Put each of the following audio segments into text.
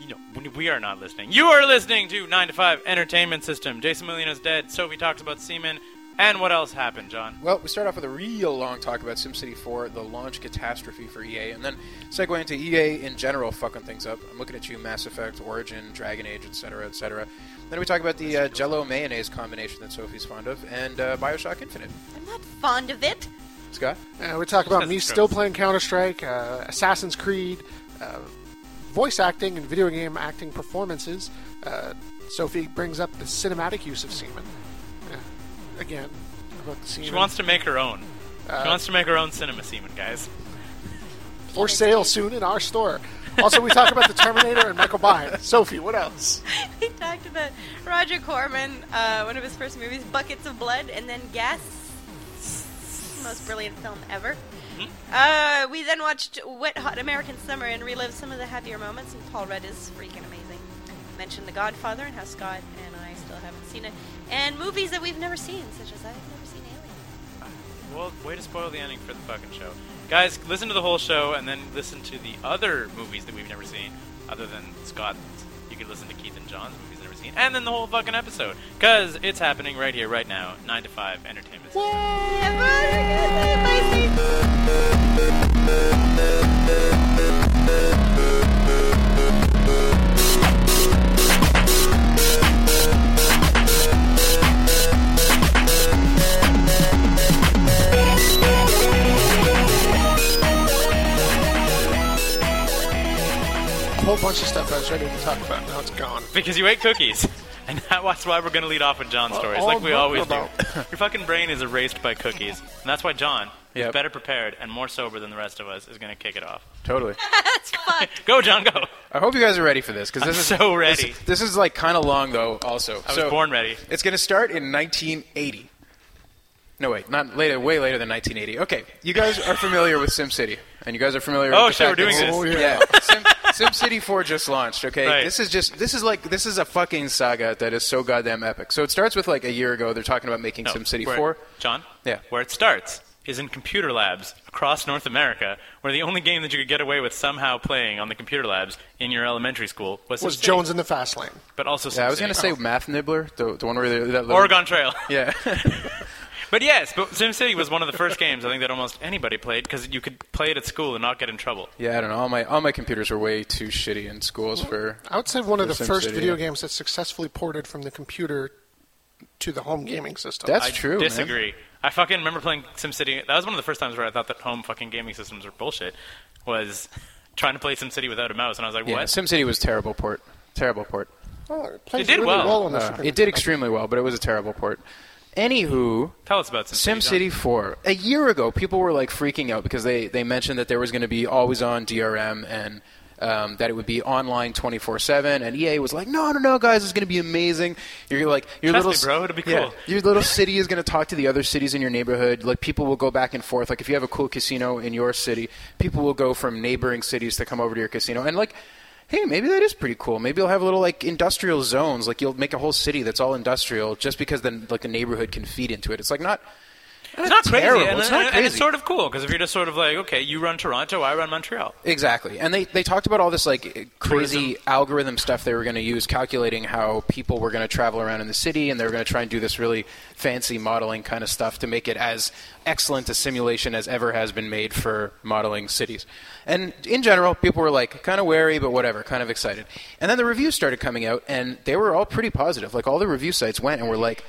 You know, we- we are not listening. You are listening to 9 to 5 Entertainment System. Jason Molina's dead. Sophie talks about semen. And what else happened, John? Well, we start off with a real long talk about SimCity 4, the launch catastrophe for EA, and then segue into EA in general fucking things up. I'm looking at you, Mass Effect, Origin, Dragon Age, etc., etc. Then we talk about the uh, Jello mayonnaise combination that Sophie's fond of, and uh, Bioshock Infinite. I'm not fond of it. Scott, Uh, we talk about That's me gross. still playing Counter Strike, uh, Assassin's Creed, uh, voice acting and video game acting performances. Uh, Sophie brings up the cinematic use of semen. Uh, again, about the semen. She wants to make her own. Uh, she wants to make her own cinema semen, guys. for sale soon in our store. Also, we talk about the Terminator and Michael Byrne. Sophie, what else? He talked about Roger Corman, uh, one of his first movies, Buckets of Blood, and then Gas. Most brilliant film ever. Uh, we then watched Wet Hot American Summer and relived some of the happier moments, and Paul Rudd is freaking amazing. Mentioned The Godfather and how Scott and I still haven't seen it, and movies that we've never seen, such as I've never seen Alien. Well, way to spoil the ending for the fucking show. Guys, listen to the whole show and then listen to the other movies that we've never seen, other than Scott. You could listen to Keith and John's movies never seen, and then the whole fucking episode, because it's happening right here, right now, nine to five entertainment. System. A whole bunch of stuff I was ready to talk about. Now it's gone. Because you ate cookies. And that's why we're going to lead off with John's stories, all like we book always do. about- Your fucking brain is erased by cookies. And that's why John, who's Yep. better prepared and more sober than the rest of us, is going to kick it off. totally. Go, John, go. I hope you guys are ready for this because this I'm is so this- ready. This, is like kind of long though. Also, I was born ready. It's going to start in 1980. No wait, not later. Way later than 1980. Okay, you guys are familiar with SimCity, and you guys are familiar. Oh, with the shit, fact we're that- doing this. Oh, Yeah, Sim, SimCity 4 just launched. Okay, Right. this is just this is like this is a fucking saga that is so goddamn epic. So it starts with like a year ago. They're talking about making No, SimCity where- 4. John? Yeah. Where it starts is in computer labs across North America, where the only game that you could get away with somehow playing on the computer labs in your elementary school was, Was SimCity, Jones in the Fast Lane? but also SimCity. Yeah, I was gonna say Math Nibbler, the, the one where they- that little, Oregon Trail. Yeah, But yes, but SimCity was one of the first games I think that almost anybody played because you could play it at school and not get in trouble. yeah. I don't know. All my all my computers were way too shitty in schools for. I would say one of for the first SimCity, video yeah. games that successfully ported from the computer to the home gaming system. That's I true. man. Disagree. I fucking remember playing SimCity. That was one of the first times where I thought that home fucking gaming systems were bullshit. Was trying to play SimCity without a mouse, and I was like, Yeah, what? SimCity was terrible port. Terrible port. Oh, it, plays It did really well. on the Uh, Super it did Nintendo. extremely well, but it was a terrible port. Anywho, Tell us about SimCity. John. SimCity 4. A year ago, people were like freaking out because they, they mentioned that there was going to be always on DRM and um, that it would be online 24 7. And EA was like, no, no, no, guys, it's going to be amazing. You're like, your Trust little, me, c- bro, it'll be yeah, cool. your little city is going to talk to the other cities in your neighborhood. Like, people will go back and forth. Like, if you have a cool casino in your city, people will go from neighboring cities to come over to your casino. And, like, Hey, maybe that is pretty cool. Maybe you'll have little like industrial zones. Like you'll make a whole city that's all industrial, just because then like the neighborhood can feed into it. It's like not It's not crazy. terrible. And, It's and- not and it's crazy. sort of cool because if you're just sort of like, okay, you run Toronto, I run Montreal. Exactly. And they, they talked about all this like crazy algorithm stuff they were going to use, calculating how people were going to travel around in the city, and they were going to try and do this really fancy modeling kind of stuff to make it as excellent a simulation as ever has been made for modeling cities. And in general, people were like kind of wary, but whatever, kind of excited. And then the reviews started coming out, and they were all pretty positive. Like all the review sites went and were like,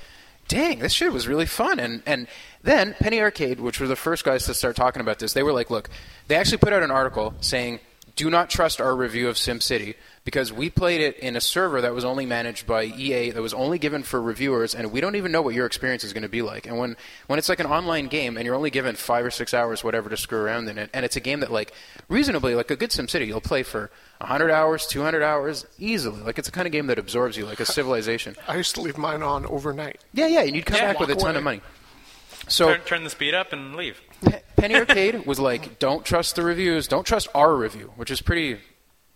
dang, this shit was really fun. And and then Penny Arcade, which were the first guys to start talking about this, they were like, look, they actually put out an article saying do not trust our review of SimCity because we played it in a server that was only managed by EA, that was only given for reviewers, and we don't even know what your experience is going to be like. And when, when it's like an online game and you're only given five or six hours, whatever, to screw around in it, and it's a game that, like, reasonably, like a good SimCity, you'll play for 100 hours, 200 hours, easily. Like, it's a kind of game that absorbs you, like a civilization. I used to leave mine on overnight. Yeah, yeah, and you'd come Yeah, back with a walk ton away. of money. So turn, turn the speed up and leave. Pe- Penny Arcade was like, "Don't trust the reviews. Don't trust our review," which is pretty,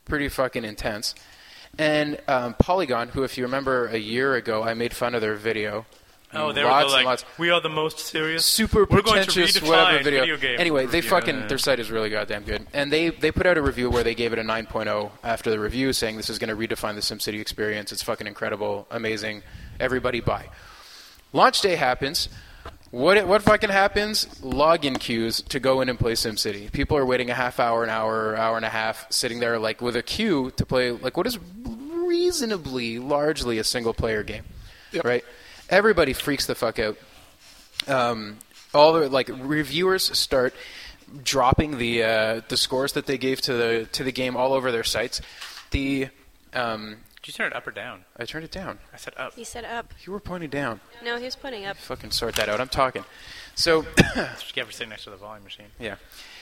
pretty fucking intense. And um, Polygon, who, if you remember, a year ago, I made fun of their video. Oh, they lots were like, and lots. we are the most serious, Super we're going to pretentious, redefine whatever video. game. Anyway, they Yeah. fucking their site is really goddamn good, and they they put out a review where they gave it a 9.0 after the review, saying this is going to redefine the SimCity experience. It's fucking incredible, amazing. Everybody buy. Launch day happens. What what fucking happens? Login queues to go in and play SimCity. People are waiting a half hour, an hour, hour and a half, sitting there like with a queue to play like what is reasonably largely a single player game, Yep. right? Everybody freaks the fuck out. Um, all the like reviewers start dropping the uh, the scores that they gave to the to the game all over their sites. The um, Did you turn it up or down? I turned it down. I said up. He said up. You were pointing down. No, he was putting up. Fucking sort that out. I'm talking. So. Just get her sitting next to the volume machine. Yeah.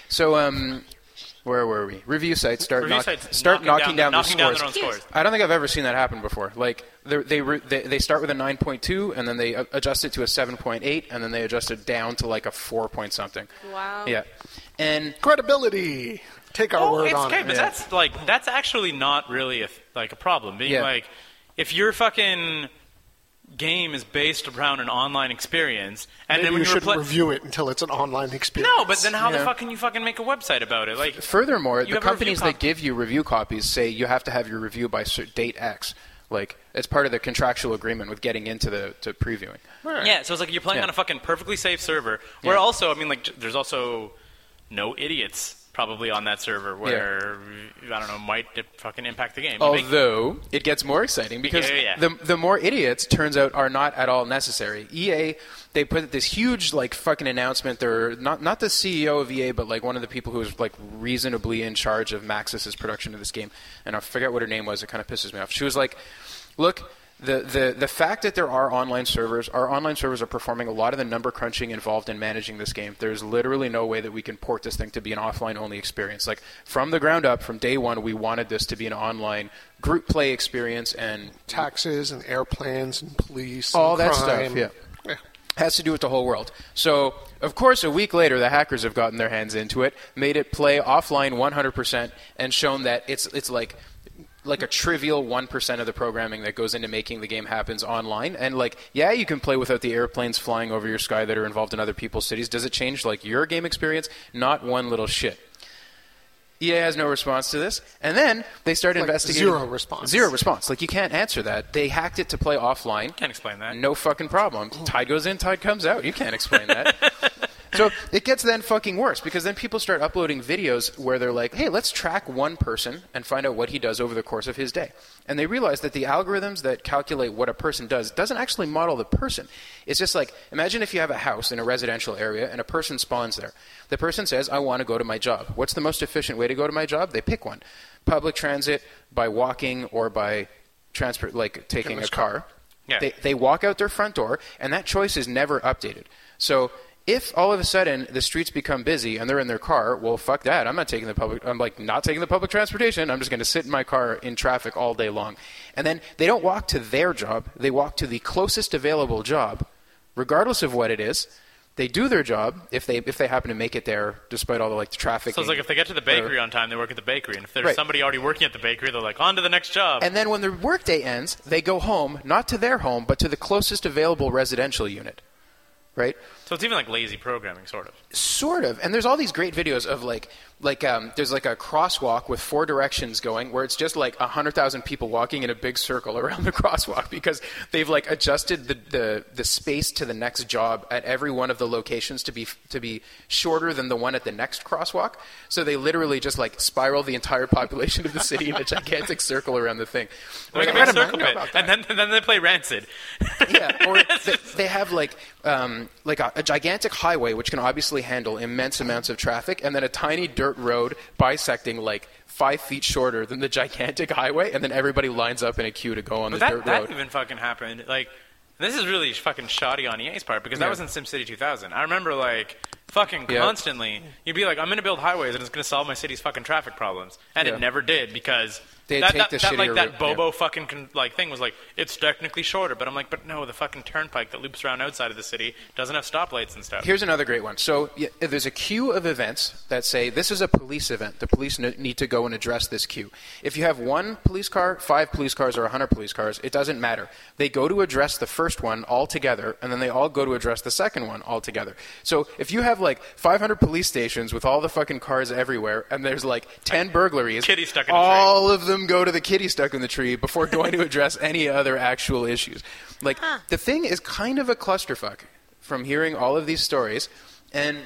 So, um, where were we? Review sites start Review knock- sites start knocking, down, the knocking down scores. their own scores. I don't think I've ever seen that happen before. Like they're- they re- they they start with a 9.2 and then they uh, adjust it to a 7.8 and then they adjust it down to like a 4 point something. Wow. Yeah. And Credibility. Take our Oh, word it's on okay, it. but that's like that's actually not really a, th- like a problem. Being Yeah. like, if your fucking game is based around an online experience, and Maybe then you when should repli- review it until it's an online experience. no, but then how the Yeah. fuck can you fucking make a website about it? Like, furthermore, You have a the review companies copy. that give you review copies say you have to have your review by cer- date X. Like it's part of the contractual agreement with getting into the to previewing. Yeah, so it's like you're playing Yeah. on a fucking perfectly safe server. Where Yeah. also, I mean, like, j- there's also no idiots probably on that server. Where I don't know, might di- fucking impact the Oh, game. You make- Although it gets more exciting because Yeah, yeah, yeah. the the more idiots turns out are not at all necessary. EA they put this huge like fucking announcement. They're not not the CEO of EA, but like one of the people who was like reasonably in charge of Maxis's production of this game. And I forget what her name was. It kind of pisses me off. She was like, "Look, the, the, the fact that there are online servers, our online servers are performing a lot of the number crunching involved in managing this game. There's literally no way that we can port this thing to be an offline only experience. Like from the ground up, from day one, we wanted this to be an online group play experience and Taxes and airplanes and police. All and that stuff, crime. yeah. has to do with the whole world. So, of course, a week later, the hackers have gotten their hands into it, made it play offline 100%, and shown that it's it's like like a trivial 1% of the programming that goes into making the game happens online and like yeah you can play without the airplanes flying over your sky that are involved in other people's cities does it change like your game experience not one little shit EA has no response to this. And then they start Like investigating. zero response. Zero response. Like, you can't answer that. They hacked it to play offline. Can't explain that. No fucking problem. Tide goes in, tide comes out. You can't explain that. so it gets then fucking worse because then people start uploading videos where they're like, hey, let's track one person and find out what he does over the course of his day. And they realize that the algorithms that calculate what a person does doesn't actually model the person. It's just like, imagine if you have a house in a residential area and a person spawns there. The person says, I want to go to my job. What's the most efficient way to go to my job? They pick one public transit, by walking, or by transport, like taking a Keyless car. car. Yeah. They, they walk out their front door, and that choice is never updated. So if all of a sudden the streets become busy and they're in their car, well, fuck that. I'm not taking the public. I'm like not taking the public transportation. I'm just going to sit in my car in traffic all day long. And then they don't walk to their job. They walk to the closest available job, regardless of what it is. They do their job if they if they happen to make it there, despite all the like the traffic. So it's like if they get to the bakery on time, they work at the bakery, and if there's Right. somebody already working at the bakery, they're like, on to the next job. And then when their workday ends, they go home, not to their home, but to the closest available residential unit. Right? so it's even like lazy programming, sort of. Sort of. And there's all these great videos of like, like um, there's like a crosswalk with four directions going, where it's just like hundred thousand people walking in a big circle around the crosswalk because they've like adjusted the, the the space to the next job at every one of the locations to be to be shorter than the one at the next crosswalk. So they literally just like spiral the entire population of the city in a gigantic circle around the thing. Like Like, a big I don't know circle pit. about that And then, then they play Rancid. yeah, or they, they have like um, like a, a gigantic highway which can obviously handle immense amounts of traffic, and then a tiny dirt road bisecting like five feet shorter than the gigantic highway, and then everybody lines up in a queue to go on But the that, dirt that road. even fucking happened. Like, this is really fucking shoddy on EA's part because that Yeah. was in SimCity 2000. I remember, like, fucking Yeah. constantly, you'd be like, I'm going to build highways and it's going to solve my city's fucking traffic problems. And Yeah. it never did because. They'd that, take that, the that, like shittier that route, yeah. Bobo fucking con- like thing was like it's technically shorter, but I'm like, but no, the fucking turnpike that loops around outside of the city doesn't have stoplights and stuff. Here's another great one. So y- there's a queue of events that say this is a police event. The police n- need to go and address this queue. If you have one police car, five police cars, or 100 police cars, it doesn't matter. They go to address the first one all together, and then they all go to address the second one all together. So if you have like 500 police stations with all the fucking cars everywhere, and there's like 10 burglaries, Kitty stuck in a tree. all of them go to the kitty stuck in the tree before going to address any other actual issues. Like the thing is kind of a clusterfuck from hearing all of these stories. And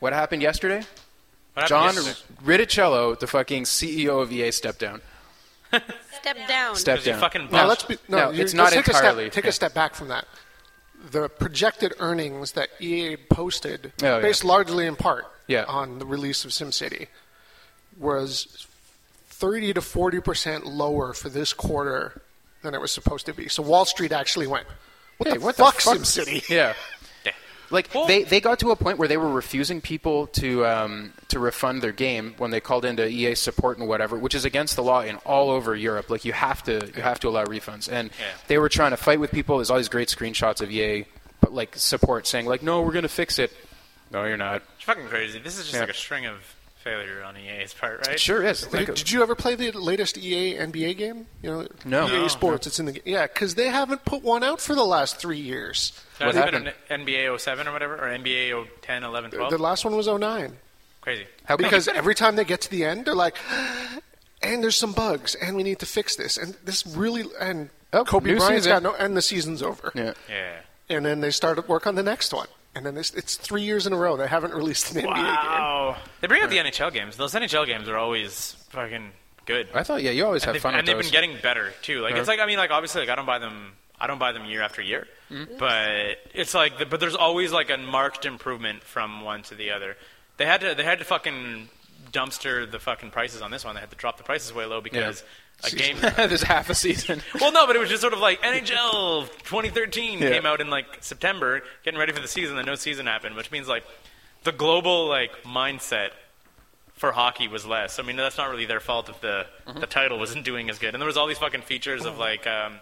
what happened yesterday? What happened John yesterday? Ritticello, the fucking CEO of EA, stepped down. Step down. Stepped 'Cause he down. fucking Now, bust. let's be, no, no, you- it's not let's take A entirely- step, take yeah. a step back from that. The projected earnings that EA posted, Oh, yeah. based largely in part Yeah. on the release of SimCity, was 30 to 40 percent lower for this quarter than it was supposed to be. So Wall Street actually went, "What, Hey, the, what fuck, the fuck? SimCity?" Yeah. Yeah. Like Well- they, they got to a point where they were refusing people to um, to refund their game when they called into EA support and whatever, which is against the law in all over Europe. Like you have to you have to allow refunds, and Yeah. they were trying to fight with people. There's all these great screenshots of EA, but like support saying like, no, we're gonna fix it. No, you're not. It's fucking crazy. This is just Yeah. like a string of failure on EA's part, right? It sure is. Like, Did you ever play the latest E EA NBA game? You know, No. EA No. Sports. It's in the yeah, because they haven't put one out for the last three years. Has What it been an NBA 07 or whatever, or NBA 010, 11, 12? The last one was 09. Crazy. how come- because every time they get to the end, they're like, and there's some bugs, and we need to fix this, and this really, and Oh, Kobe new Bryant's season. got no, and the season's over, Yeah. Yeah. and then they start work on the next one, and then it's, it's three years in a row they haven't released an NBA game. Wow. They bring out the NHL games. Those NHL games are always fucking good. I thought yeah, you always and have they've, fun and with they've been those. Uh-huh. getting better too. Like Yeah. it's like I mean, like obviously, like I don't buy them. I don't buy them year after year, Mm-hmm. but it's like, the, but there's always like a marked improvement from one to the other. They had to, they had to fucking dumpster the fucking prices on this one. They had to drop the prices way low because a game. There's half a season. Well, no, but it was just sort of like NHL 2013 Yeah. came out in like September, getting ready for the season, and no season happened, which means like the global like mindset for hockey was less. I mean, that's not really their fault if the the title wasn't doing as good. And there was all these fucking features of like um,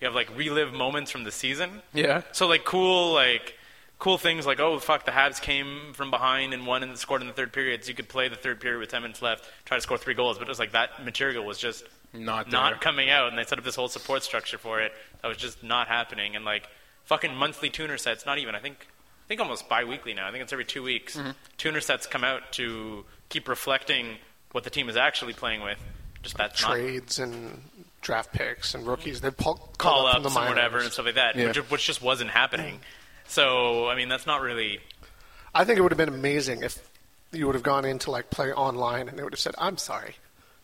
you have like relive moments from the season. Yeah. So like cool like cool things like oh fuck the Habs came from behind and won and scored in the third period. So you could play the third period with ten minutes left, try to score three goals. But it was like that material was just Not there. not coming out, and they set up this whole support structure for it that was just not happening. And like fucking monthly tuner sets, not even I think I think almost bi-weekly now. I think it's every two weeks. Mm-hmm. Tuner sets come out to keep reflecting what the team is actually playing with. Just that's not Trades and draft picks and rookies, they pull, call call up from ups the and whatever and minors. stuff like that, Yeah. which, which just wasn't happening. So I mean, that's not really I think it would have been amazing if you would have gone in to like play online, and they would have said, "I'm sorry,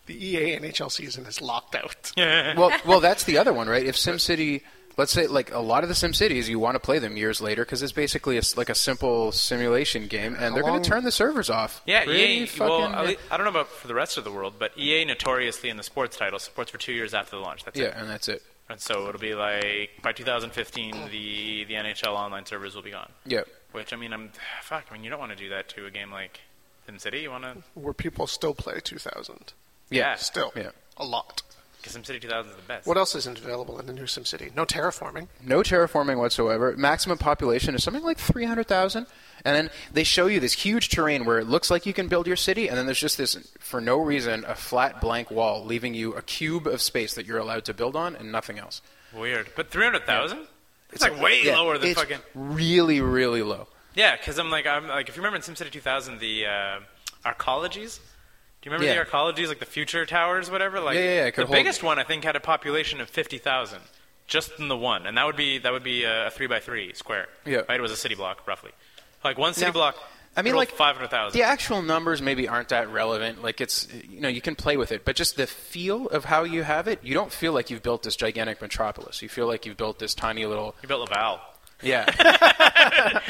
the E EA NHL season is locked out." well, well, that's the other one, right? If SimCity, let's say, like a lot of the SimCities, you want to play them years later because it's basically a s like a simple simulation game, and they're going long- to turn the servers off. Yeah, Pretty EA. fucking- well, at lea- I don't know about for the rest of the world, but EA notoriously in the sports title supports for two years after the launch. That's it. yeah, and that's it. And so it'll be like by 2015, the the NHL online servers will be gone. Yeah, Which I mean, I'm fuck. I mean, you don't want to do that to a game like SimCity. You want to Where people still play 2000, yeah, still Yeah. a lot. because SimCity 2000 is the best. What else isn't available in the new SimCity? No terraforming. no terraforming whatsoever. Maximum population is something like three hundred thousand, and then they show you this huge terrain where it looks like you can build your city, and then there's just this, for no reason, a flat blank wall leaving you a cube of space that you're allowed to build on and nothing else. Weird. But 300,000? It's like way Yeah, lower than it's fucking. really, really low. Yeah, because I'm like I'm like if you remember in SimCity 2000 the uh, arcologies. Do you remember Yeah. the arcologies like the future towers, whatever? Like Yeah, yeah, yeah, it the could hold- biggest one I think had a population of 50,000, just in the one, and that would be that would be a three by three square. Yeah. right. It was a city block roughly, like one city Now, block. I mean, like five hundred thousand. The actual numbers maybe aren't that relevant. Like it's you know you can play with it, but just the feel of how you have it, you don't feel like you've built this gigantic metropolis. You feel like you've built this tiny little You built Laval. yeah. I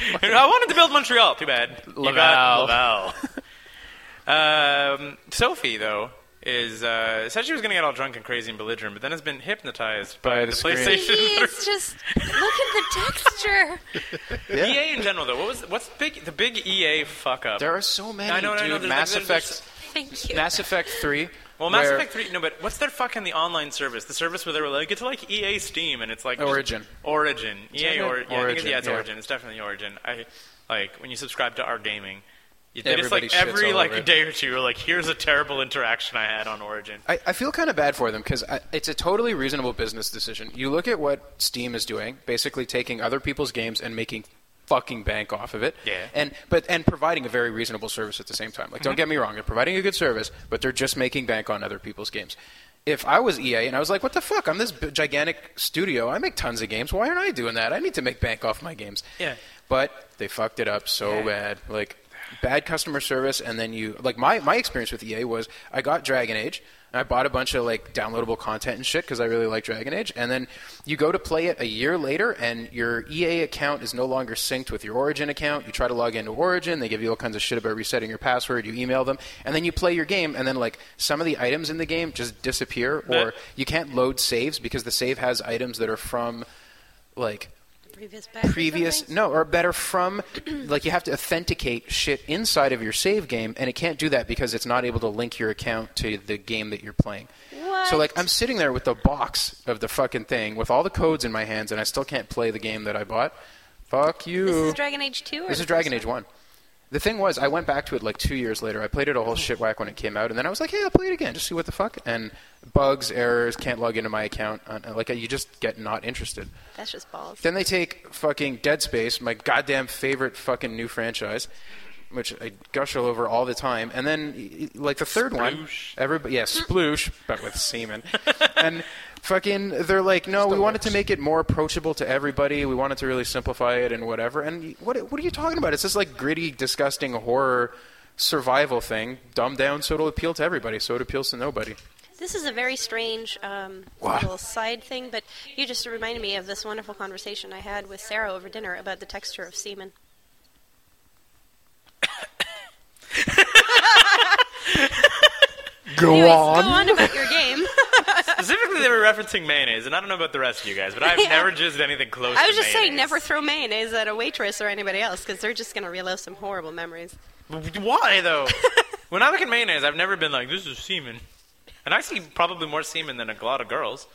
wanted to build Montreal. Too bad. You got Laval. Laval. Um, Sophie, though, is uh, said she was going to get all drunk and crazy and belligerent, but then has been hypnotized by, By the, the screen. PlayStation. Please, just look at the texture. EA E in general, though, what was what's big the big EA fuck up? There are so many, I know, I dude. know, there's like- Mass there's- Effect, there's- Thank you. Mass Effect Three. well, Mass where- Effect Three. No, but what's their fucking the online service? The service where they were like, it's like EA Steam, and it's like just- Origin. Origin, EA it? or, yeah, I think it's, Origin, yeah, it's yeah. Origin. It's definitely Origin. I like when you subscribe to our gaming. It's like Everybody shits every all like over it. day or two, you're like, here's a terrible interaction I had on Origin. I, I feel kind of bad for them because it's a totally reasonable business decision. You look at what Steam is doing, basically taking other people's games and making fucking bank off of it. Yeah. Mm-hmm. And but and providing a very reasonable service at the same time. Like, don't get me wrong, they're providing a good service, but they're just making bank on other people's games. If I was EA and I was like, "What the fuck? I'm this b- gigantic studio. I make tons of games. Why aren't I doing that? I need to make bank off my games." Yeah. But they fucked it up so Yeah. bad. Like bad customer service and then you like my my experience with EA was I got Dragon Age and I bought a bunch of like downloadable content and shit cuz I really like Dragon Age and then you go to play it a year later and your EA account is no longer synced with your Origin account. You try to log into Origin, they give you all kinds of shit about resetting your password, you email them, and then you play your game and then like some of the items in the game just disappear But- or you can't load saves because the save has items that are from like Previous back or previous something? no or better from like you have to authenticate shit inside of your save game and it can't do that because it's not able to link your account to the game that you're playing so What? like i'm sitting there with the box of the fucking thing with all the codes in my hands and i still can't play the game that i bought fuck you This is Dragon Age 2? Or this the is Dragon first Age 1. The thing was, I went back to it like two years later. I played it a whole shit whack when it came out, and then I was like, hey, I'll play it again, just see what the fuck. And bugs, errors, can't log into my account. uh, Like, you just get not interested. one? That's just balls. Then they take fucking Dead Space, my goddamn favorite fucking new franchise, which I gush all over all the time. And then, y- y- like the third one, Sploosh. everybody, yeah, sploosh, but with semen. And fucking, they're like, no, we wanted to make it more approachable to everybody. We wanted to really simplify it and whatever. And y- what, what are you talking about? It's this like gritty, disgusting horror survival thing, dumbed down so it'll appeal to everybody, so it appeals to nobody. This is a very strange um, Wow. little side thing, but you just reminded me of this wonderful conversation I had with Sarah over dinner about the texture of semen. Go Anyways, on. Go on about your game. Specifically, they were referencing mayonnaise, and I don't know about the rest of you guys, but I've Yeah. never jizzed anything close. I was to just saying, mayonnaise. never throw mayonnaise at a waitress or anybody else because they're just going to relive some horrible memories. Why though? Oh. when I look at mayonnaise, I've never been like, "This is semen," and I see probably more semen than a lot of girls.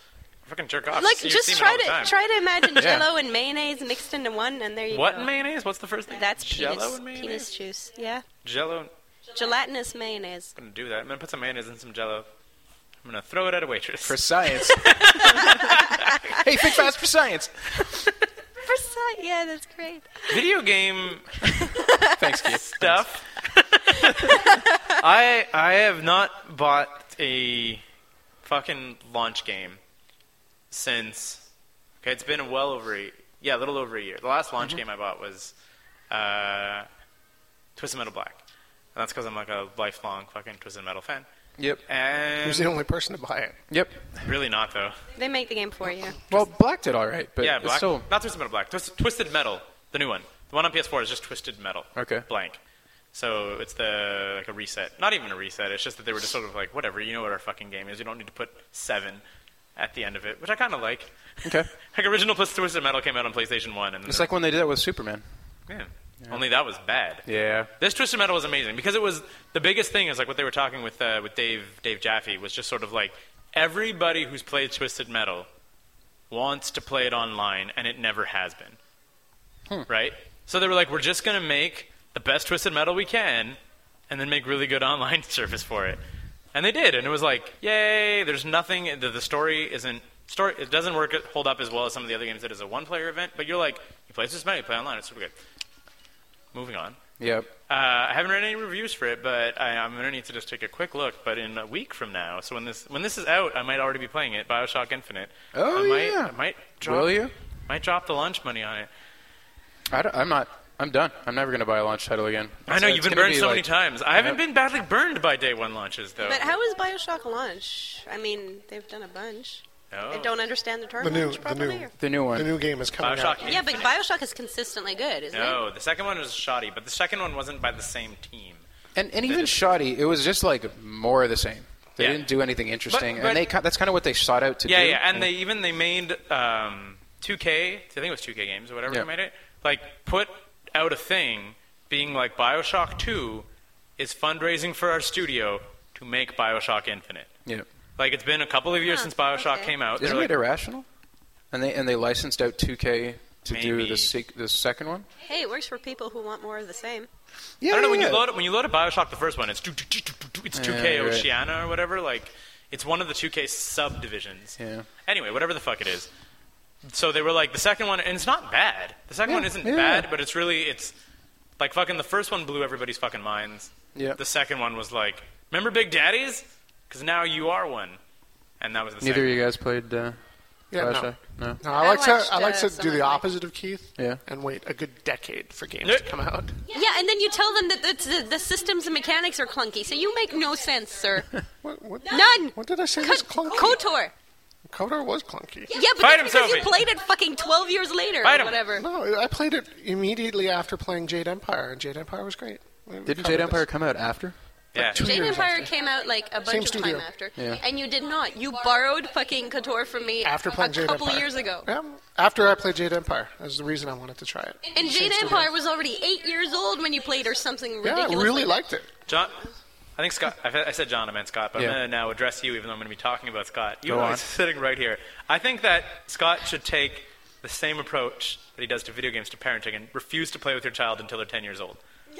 I fucking jerk off. Like, See your just semen try all the to time. try to imagine Yeah. Jello and mayonnaise mixed into one, and there you What go. in mayonnaise? What's the first thing? That's Jello penis, and mayonnaise. penis juice. Yeah, Jello. I'm gelatinous mayonnaise. gonna do that. I'm gonna put some mayonnaise in some Jello. I'm gonna throw it at a waitress. For science. hey, think fast for science. Precise. Yeah, that's great. Video game Thanks, Keith. stuff. I I have not bought a fucking launch game since okay, it's been well over a, yeah, a little over a year. The last launch game I bought was uh, Twisted Metal Black, and that's because I'm like a lifelong fucking Twisted Metal fan. Yep. And Who's the only person to buy it? Yep. really not though. They make the game for you. Well, Black did all right, but yeah, it's Black. still Not Twisted Metal Black. Twist, Twisted Metal, the new one. The one on PS4 is just Twisted Metal. Okay. Blank. So it's the like a reset. Not even a reset. It's just that they were just sort of like, whatever. You know what our fucking game is. You don't need to put seven at the end of it, which I kind of like. okay. Like original plus Twisted Metal came out on PlayStation One, and It's like when they did that with Superman. yeah. Only that was bad. Yeah. This Twisted Metal was amazing because it was the biggest thing is like what they were talking with uh, with Dave Dave Jaffe was just sort of like everybody who's played Twisted Metal wants to play it online and it never has been. Right? So they were like, we're just gonna make the best Twisted Metal we can, and then make really good online service for it. And they did, and it was like, yay! There's nothing. The, the story isn't story. It doesn't work hold up as well as some of the other games that is a one-player event. But you're like, you play Twisted Metal, you play online, it's super good. Moving on. Yep. Uh, I haven't read any reviews for it, but I, I'm going to need to just take a quick look. But in a week from now, so when this when this is out, I might already be playing it. Bioshock Infinite. Oh, I might, yeah. I might drop, Will you? Might drop the lunch money on it. I am not. I'm done. I'm never going to buy a launch title again. I know you've It's- it's been gonna burned be so many like- times. I haven't Yep. been badly burned by day one launches though. But how is Bioshock launch? I mean, they've done a bunch. Oh. I don't understand the term The new- launch the properly. new. or- The new The one. new game is coming Bioshock? out. Yeah, but Bioshock is consistently good, isn't it? No, the second one was shoddy, but the second one wasn't by the same team. And That and even is- shoddy, it was just like more of the same. They Yeah. didn't do anything interesting, but- and they ki- that's kind of what they sought out to yeah, do. yeah, and they even they made um, 2K. I think it was 2K games or whatever Yeah. they made it. Like put out a thing being like Bioshock 2 is fundraising for our studio to make Bioshock Infinite. yeah. Like it's been a couple of years Huh, since Bioshock okay. came out. They're Isn't like, it irrational? And they and they licensed out 2K to do Maybe. the sec- the second one. Hey, it works for people who want more of the same. I Yeah, don't know when yeah, you yeah. load it, when you load a Bioshock the first one, it's do- do- do- do- do- it's 2K Yeah, right. Oceana or whatever. Like it's one of the 2K subdivisions. Yeah. Anyway, whatever the fuck it is. So they were like the second one, and it's not bad. The second Yeah, one isn't yeah. bad, but it's really it's like fucking the first one blew everybody's fucking minds. Yeah. The second one was like, remember Big Daddies? Because now you are one, and that was the Neither second. of you guys played uh, Yeah, no. Bioshock? No. No, I, I like watched, to I like uh, to do someone the like- opposite of Keith. Yeah. And wait a good decade for games Yeah. to come out. Yeah, and then you tell them that the, the, the systems and mechanics are clunky, so you make no sense, sir. What, what, None. What did I say was Co- clunky? KOTOR. Kotor was clunky. Yeah, but Fight that's him, because you Sophie. played it fucking 12 years later Fight or him. whatever. No, I played it immediately after playing Jade Empire, and Jade Empire was great. We Didn't covered Jade this. Empire come out after? Yeah. two Jade years Empire after. came out like a bunch Same of studio. time after, Yeah. and you did not. You borrowed fucking Kotor from me After a playing Jade couple Empire. years ago. Yeah, after I played Jade Empire. That's the reason I wanted to try it. And Same Jade studio. Empire was already eight years old when you played, or something Yeah, ridiculous. I really like liked it. John, I think Scott. I I said John. I meant Scott, but Yeah. I'm going to now address you, even though I'm going to be talking about Scott. You Go know, on. he's sitting right here. I think that Scott should take the same approach that he does to video games to parenting and refuse to play with your child until they're 10 years old.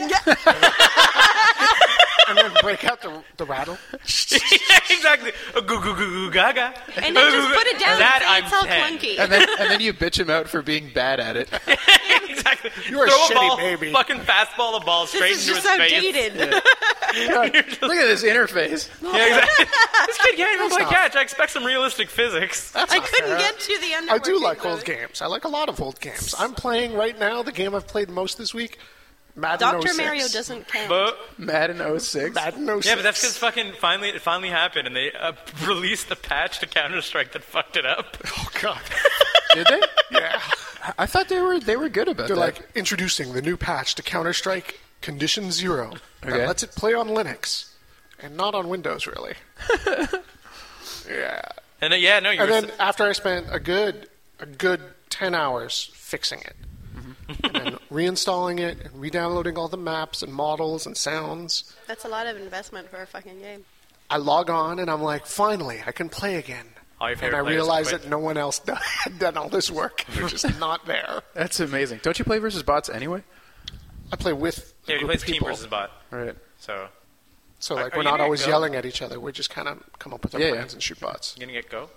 And then break out the, the rattle. exactly. A goo goo goo goo gaga. And then just put it down. That and say it's I'm all 10. clunky. And then and then you bitch him out for being bad at it. exactly. You're a Throw shitty ball, baby. Fucking fastball a ball straight this is into just his face. outdated. Look at this interface. Yeah, exactly. this kid can't even That's play not- catch. I expect some realistic physics. That's I not couldn't fair. get to the end. I do like old games. I like a lot of old games. I'm playing right now the game I've played most this week, Madden Doctor 06. Mario doesn't count. But, Madden 06. Madden oh- 06. yeah, but that's because fucking finally it finally happened, and they uh, released the patch to Counter Strike that fucked it up. Oh, God. Did they? Yeah. I thought they were they were good about They're that. like introducing the new patch to Counter Strike Condition Zero Okay. that lets it play on Linux and not on Windows, really. yeah. And uh, yeah, no, you And were then after I spent a good a good ten hours fixing it, Mm-hmm. and then reinstalling it and re-downloading all the maps and models and sounds, That's a lot of investment for a fucking game. I log on and I'm like, finally, I can play again. All your and favorite I players realize quit. that no one else had done all this work. They're just not there. That's amazing. Don't you play versus bots anyway? I play with a yeah, he group plays of team people, versus bot. Right. So so Are- like are we're you not gonna always go? yelling at each other. We just kind of come up with our Yeah, yeah. plans and shoot bots. you gonna get go?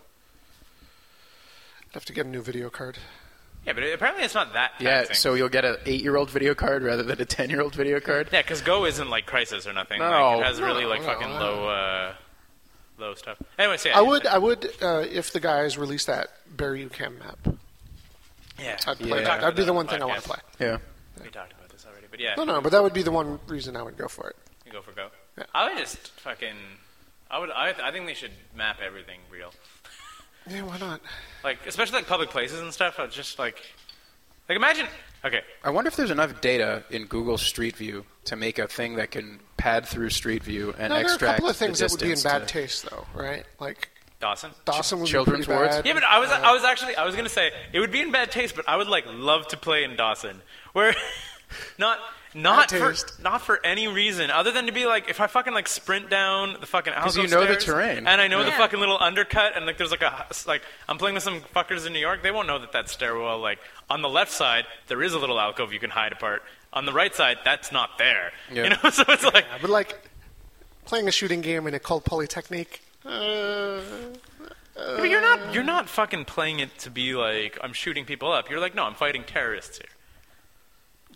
I'd have to get a new video card. Yeah, but apparently it's not that. Yeah, taxing. so you'll get an eight-year-old video card rather than a ten-year-old video card. yeah, because Go isn't like Crisis or nothing. No. like, it has really No, like no, fucking no. low, uh, low stuff. Anyway, so yeah, I yeah, would, I would, uh, if the guys release that Baryucam map, Yeah, I'd play We talked that. That'd be about the it one on thing I want podcast. to play. Yeah. We talked about this already, but yeah, No, no, but that would be the one reason I would go for it. you go for Go. Yeah. I would just fucking. I would. I, I think they should map everything real, Yeah, why not? like especially like public places and stuff. I would just like, like imagine. Okay, I wonder if there's enough data in Google Street View to make a thing that can pad through Street View and No, there are a extract couple of the things that would be in distance bad to- taste, though, right? Like Dawson. Dawson would children's be pretty words? bad. Uh, Yeah, but I was I was actually I was gonna say it would be in bad taste, but I would like love to play in Dawson, where not not Bad for taste. not for any reason other than to be like if I fucking like sprint down the fucking because you know the terrain. and I know the Yeah. fucking little undercut and like there's like a like I'm playing with some fuckers in New York they won't know that that stairwell like on the left side there is a little alcove you can hide apart on the right side that's not there Yeah. you know so it's like But like playing a shooting game in a called polytechnique. Uh, but you're not you're not fucking playing it to be like I'm shooting people up you're like no I'm fighting terrorists here.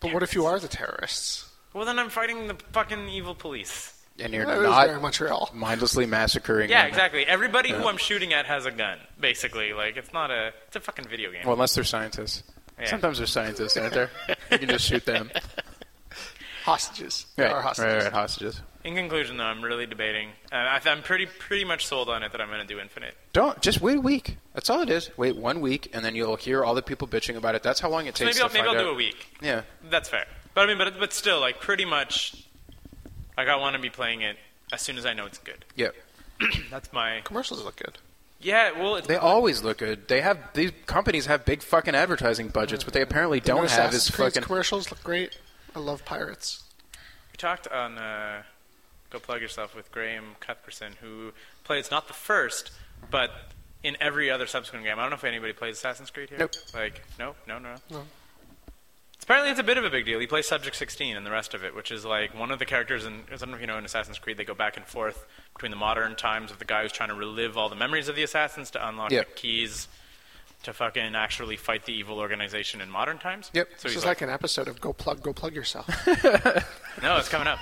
but what if you are the terrorists? Well, then I'm fighting the fucking evil police. and you're That is not very much real. mindlessly massacring. Yeah, them. exactly. Everybody who I'm shooting at has a gun, basically. Like, it's not a, it's a fucking video game. Well, unless they're scientists. Yeah. Sometimes they're scientists, aren't there? you can just shoot them. Hostages. There Right, are right, hostages. right, hostages. In conclusion, though, I'm really debating. Uh, I th- I'm pretty, pretty much sold on it that I'm going to do Infinite. Don't just wait a week. That's all it is. Wait one week, and then you'll hear all the people bitching about it. That's how long it So takes. maybe I'll, to maybe find I'll do out. a week. Yeah, That's fair. But I mean, but but still, like pretty much, Like I want to be playing it as soon as I know it's good. Yep. That's my Commercials look good. yeah. Well, it's, They always look good. They have these companies have big fucking advertising budgets. What they apparently New don't have Assassin's is Creed's fucking. commercials look great. I love pirates. we talked on uh, Go Plug Yourself with Graham Cuthbertson, who plays not the first, but in every other subsequent game. I don't know if anybody plays Assassin's Creed here. Nope. Like no, no, no. No. Apparently, it's a bit of a big deal. He plays Subject 16 and the rest of it, which is like one of the characters in. I don't know if you know in Assassin's Creed, they go back and forth between the modern times of the guy who's trying to relive all the memories of the assassins to unlock Yeah. the keys to fucking actually fight the evil organization in modern times. Yep. So This he's is like, like an episode of Go Plug, Go Plug Yourself. no, it's coming up.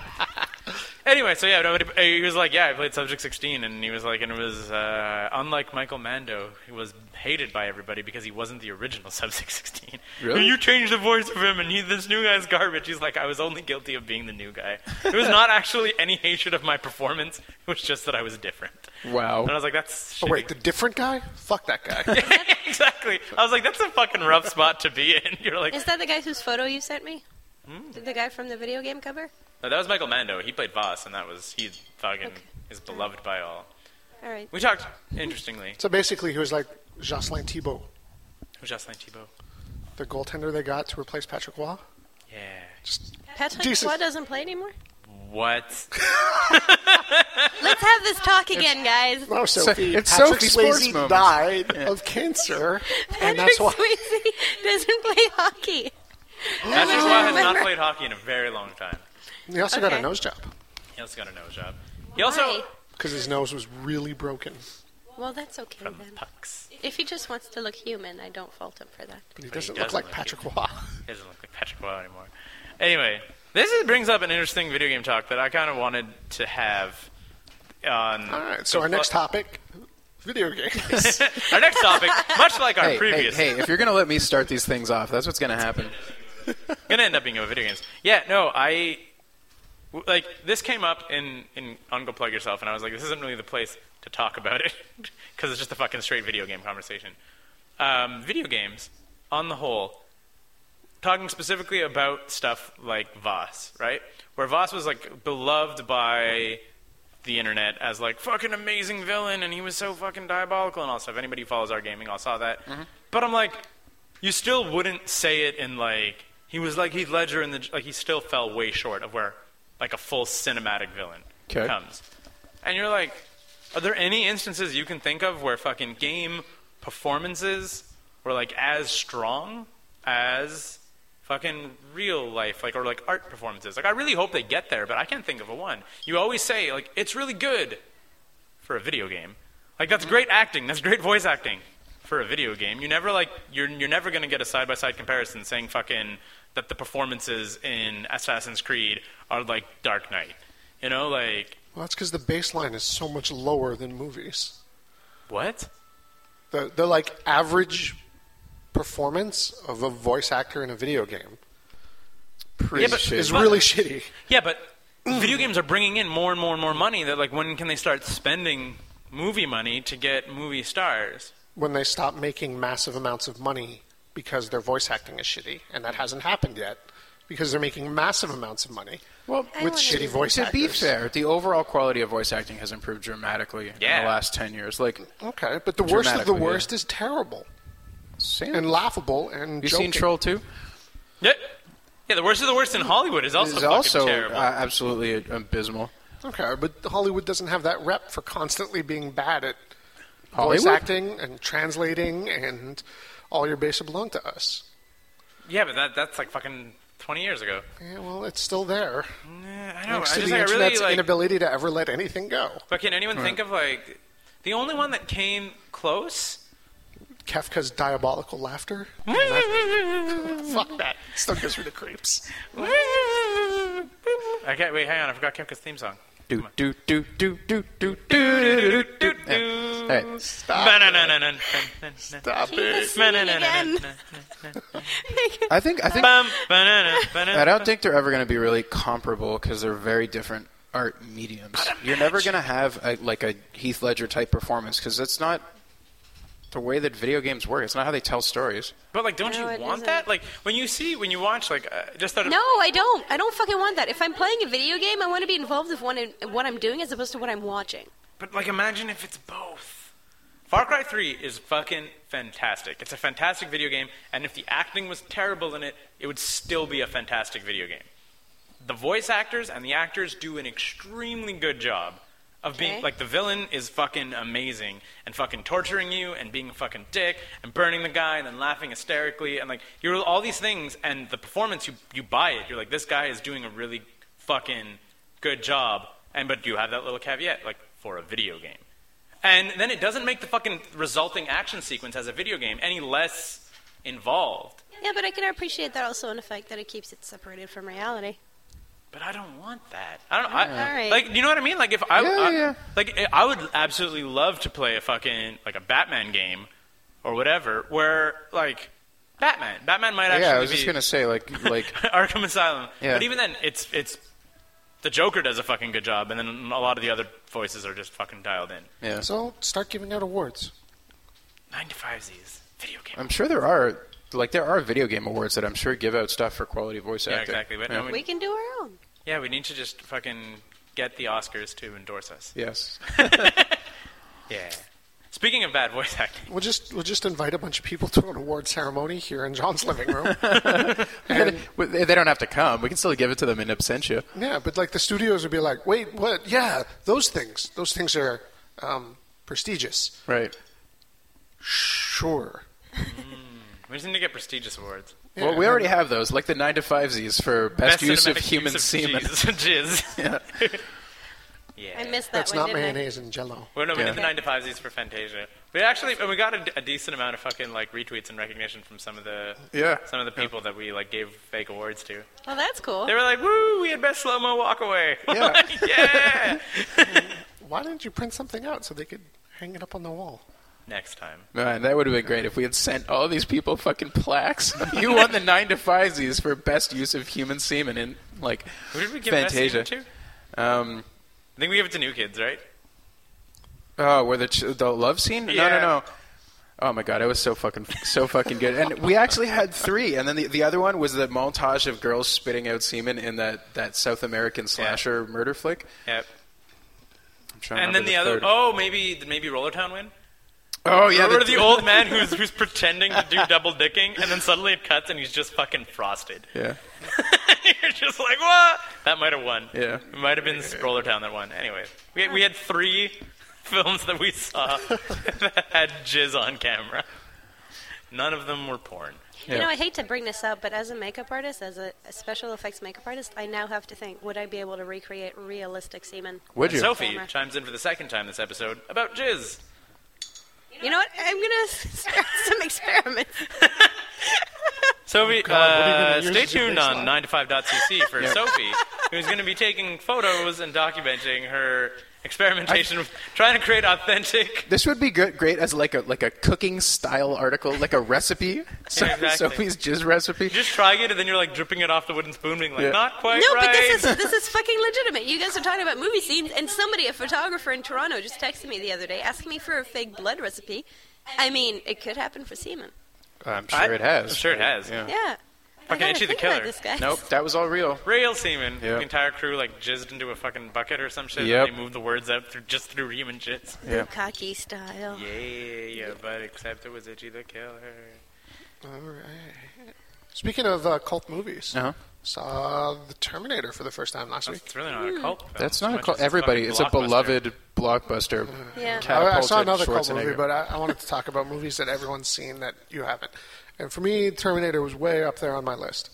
anyway, so yeah, nobody, uh, he was like, yeah, I played Subject 16, and he was like, and it was uh, unlike Michael Mando, he was hated by everybody because he wasn't the original Subject 16. Really? You changed the voice of him, and he, this new guy's garbage. He's like, I was only guilty of being the new guy. It was not actually any hatred of my performance. It was just that I was different. Wow. And I was like, that's. oh, shitty. wait, the different guy? uh, Fuck that guy. exactly. I was like, that's a fucking rough spot to be in. You're like, Hmm? Is that the guy whose photo you sent me? The guy from the video game cover? no, that was Michael Mando. He played Voss, and that was he fucking Okay. is beloved by all. All right. We talked interestingly. so basically, he was like Jocelyn Thibault, Who's Jocelyn Thibault? the goaltender they got to replace Patrick Waugh. Yeah. Patrick Jesus. Waugh doesn't play anymore? What? Let's have this talk again, guys. No, Sophie. it's Patrick Sophie sports Swayze moments. died Yeah. of cancer, Patrick and that's why. Swayze doesn't play hockey. Patrick Waugh has not remember. played hockey in a very long time. He also got Okay. a nose job He also got a nose job. He also Why? because his nose was really broken, Well, that's okay from then. Pucks. If he just wants to look human, I don't fault him for that. but he But he doesn't does look like look Patrick human. Waugh. He doesn't look like Patrick Waugh anymore. Anyway, this is, brings up an interesting video game talk that I kind of wanted to have. On All right, so our next topic, video games. our next topic, much like our Hey, hey, previous, hey, if you're gonna let me start these things off, that's what's gonna happen. gonna end up being about video games. Yeah, no, I w- like this came up in in on Go Plug Yourself, and I was like, this isn't really the place to talk about it because it's just a fucking straight video game conversation. Um, video games, on the whole, talking specifically about stuff like Voss, right? Where Voss was like beloved by the internet as like fucking amazing villain, and he was so fucking diabolical and all that stuff. Anybody who follows our gaming all saw that. But I'm like, you still wouldn't say it in like he was like Heath Ledger in the like he still fell way short of where like a full cinematic villain 'Kay. comes. And you're like, are there any instances you can think of where fucking game performances were like as strong as fucking real life, like or like art performances? Like I really hope they get there, but I can't think of a one. You always say like it's really good for a video game. Like that's great acting, that's great voice acting for a video game. You never like you're you're never gonna get a side by side comparison saying fucking that the performances in Assassin's Creed are like Dark Knight. You know, like well, that's because the baseline is so much lower than movies. what? The the like average performance of a voice actor in a video game Pretty but- shit. is really shitty. Yeah, but video games are bringing in more and more and more money. That like, when can they start spending movie money to get movie stars? when they stop making massive amounts of money because their voice acting is shitty, and that hasn't happened yet because they're making massive amounts of money Well, with wanna shitty do voice to actors. be fair, the overall quality of voice acting has improved dramatically in Yeah. the last ten years. Like, Okay, but the worst of the Dramatically, yeah. worst is terrible same. and laughable and you joking. seen Troll Two? Yeah, yeah. The worst of the worst in Hollywood is also It's fucking also uh, terrible. absolutely abysmal. Okay, but Hollywood doesn't have that rep for constantly being bad at voice Hollywood? acting and translating and all your base belong to us. yeah, but that that's like fucking twenty years ago. Yeah, well, it's still there. Nah, I don't know. Thanks I to just like, the I really internet's like. inability to ever let anything go. But can anyone think of like the only one that came close? Kafka's diabolical laughter. Hmm. Fuck that. Still gives me the creeps. I can't wait. Hang on, I forgot Kefka's theme song. Do do do do do do do do do do. Yeah. All right. Ba-na-na-na-na-na-na. Stop it. Ba-na-na-na-na-na. I think I think Bum, ba-na-na, I ba-na-na. don't think they're ever going to be really comparable because they're very different art mediums. You're never going to have a, like a Heath Ledger type performance because it's not the way that video games work. It's not how they tell stories. But like, don't you No, it want isn't. that? Like, when you see, when you watch, like, uh, just that. No, I don't. I don't fucking want that. If I'm playing a video game, I want to be involved with what, I- what I'm doing as opposed to what I'm watching. But like, imagine if it's both. Far Cry 3 is fucking fantastic. It's a fantastic video game, and if the acting was terrible in it, it would still be a fantastic video game. The voice actors and the actors do an extremely good job of being Okay. like the villain is fucking amazing and fucking torturing you and being a fucking dick and burning the guy and then laughing hysterically and like you're all these things and the performance you you buy it. You're like this guy is doing a really fucking good job and but you have that little caveat like for a video game. And then it doesn't make the fucking resulting action sequence as a video game any less involved. Yeah, but I can appreciate that also in the fact that it keeps it separated from reality. But I don't want that. I don't. I, Yeah. Alright. Like, you know what I mean? Like, if I, Yeah, I- yeah. like, eh, I would absolutely love to play a fucking like a Batman game or whatever, where like Batman, Batman might actually yeah, I was be just gonna say like like Arkham Asylum. Yeah. But even then, it's it's the Joker does a fucking good job, and then a lot of the other voices are just fucking dialed in. yeah. So start giving out awards. Nine to five Z's video game. I'm sure there are like there are video game awards that I'm sure give out stuff for quality voice yeah, acting. exactly. But Yeah. No, we, We can do our own. yeah, we need to just fucking get the Oscars to endorse us. Yes. Yeah. Speaking of bad voice acting. We'll just we'll just invite a bunch of people to an award ceremony here in John's living room. and Well, they they don't have to come. We can still give it to them in absentia. yeah, but like the studios would be like, wait, what? Yeah, those things. Those things are um, prestigious. Right. Sure. We just need to get prestigious awards. Well, we already have those, like the nine to five Z's for best, use of cinematic human use of semen. cheese- Jizz. Yeah. I missed that That's one. not didn't I? mayonnaise and Jello. Well, no, we Yeah. did the nine to five Z's for Fantasia. We actually, and we got a, d- a decent amount of fucking like retweets and recognition from some of the Yeah. some of the people that we like gave fake awards to. Well, that's cool. They were like, "Woo, we had best slow mo walk away." Yeah. Like, yeah. Why didn't you print something out so they could hang it up on the wall? Next time. Man, that would have been great if we had sent all these people fucking plaques. you won the nine to five Z's for best use of human semen in like Who did we give Fantasia. best semen to? Um, I think we gave it to New Kids, right? oh, where the ch- the love scene? No, Yeah. no, no. Oh my god, it was so fucking so fucking good. And we actually had three, and then the, the other one was the montage of girls spitting out semen in that, that South American slasher murder flick. Yep. I'm trying to And then remember the other. third. Oh, maybe did maybe Roller Town win. Oh, yeah, Remember the, old man who's who's pretending to do double dicking, and then suddenly it cuts, and he's just fucking frosted. Yeah. You're just like, what? That might have won. Yeah. It might have been Stroller Town that won. Anyway, we, we had three films that we saw that had jizz on camera. None of them were porn. You Yeah. know, I hate to bring this up, but as a makeup artist, as a, a special effects makeup artist, I now have to think: Would I be able to recreate realistic semen? Would you? And Sophie Bummer. chimes in for the second time this episode about jizz. You know what? I'm gonna start some experiments. Sophie, God, what are you uh, gonna use stay as your tuned on baseline? 9to5.cc for Sophie, who's going to be taking photos and documenting her experimentation with trying to create authentic This would be good, great as like a like a cooking style article, like a recipe. So, Yeah, exactly. Sophie's jizz recipe. You're just trying it, and then you're like dripping it off the wooden spoon, being like, Yeah. "Not quite no, right." but this is this is fucking legitimate. You guys are talking about movie scenes, and somebody, a photographer in Toronto, just texted me the other day asking me for a fake blood recipe. I mean, it could happen for semen. I'm sure I- it has. I'm sure it has. Yeah. Yeah. Fucking I gotta Itchy the think about Killer. This guy. Nope, that was all real. Rail semen. Yeah. The entire crew like jizzed into a fucking bucket or some shit. Yep. And they moved the words out through just through human jizz. Yeah. Cocky style. Yeah, yeah, but except it was Itchy the Killer. All right. Speaking of uh, cult movies, Uh-huh. saw the Terminator for the first time last week. It's really not a cult. Film, That's as not a much cult. as Everybody, fucking it's a blockbuster. beloved blockbuster. Yeah. I, I Catapulted saw another cult Schwarzenegger. movie, but I, I wanted to talk about movies that everyone's seen that you haven't. And for me, Terminator was way up there on my list,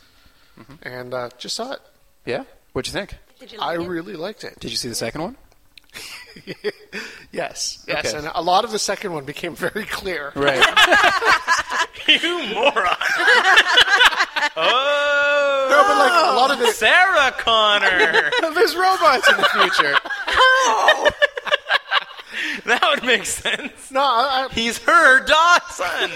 and uh, just saw it. Yeah. What'd you think? Did you I like it? really liked it. Did you see the second one? yes, yes, Okay. and a lot of the second one became very clear. Right. you moron. oh, No, but like a lot of it, Sarah Connor. There's robots in the future. that would make sense. no, I, I, He's her Dawson.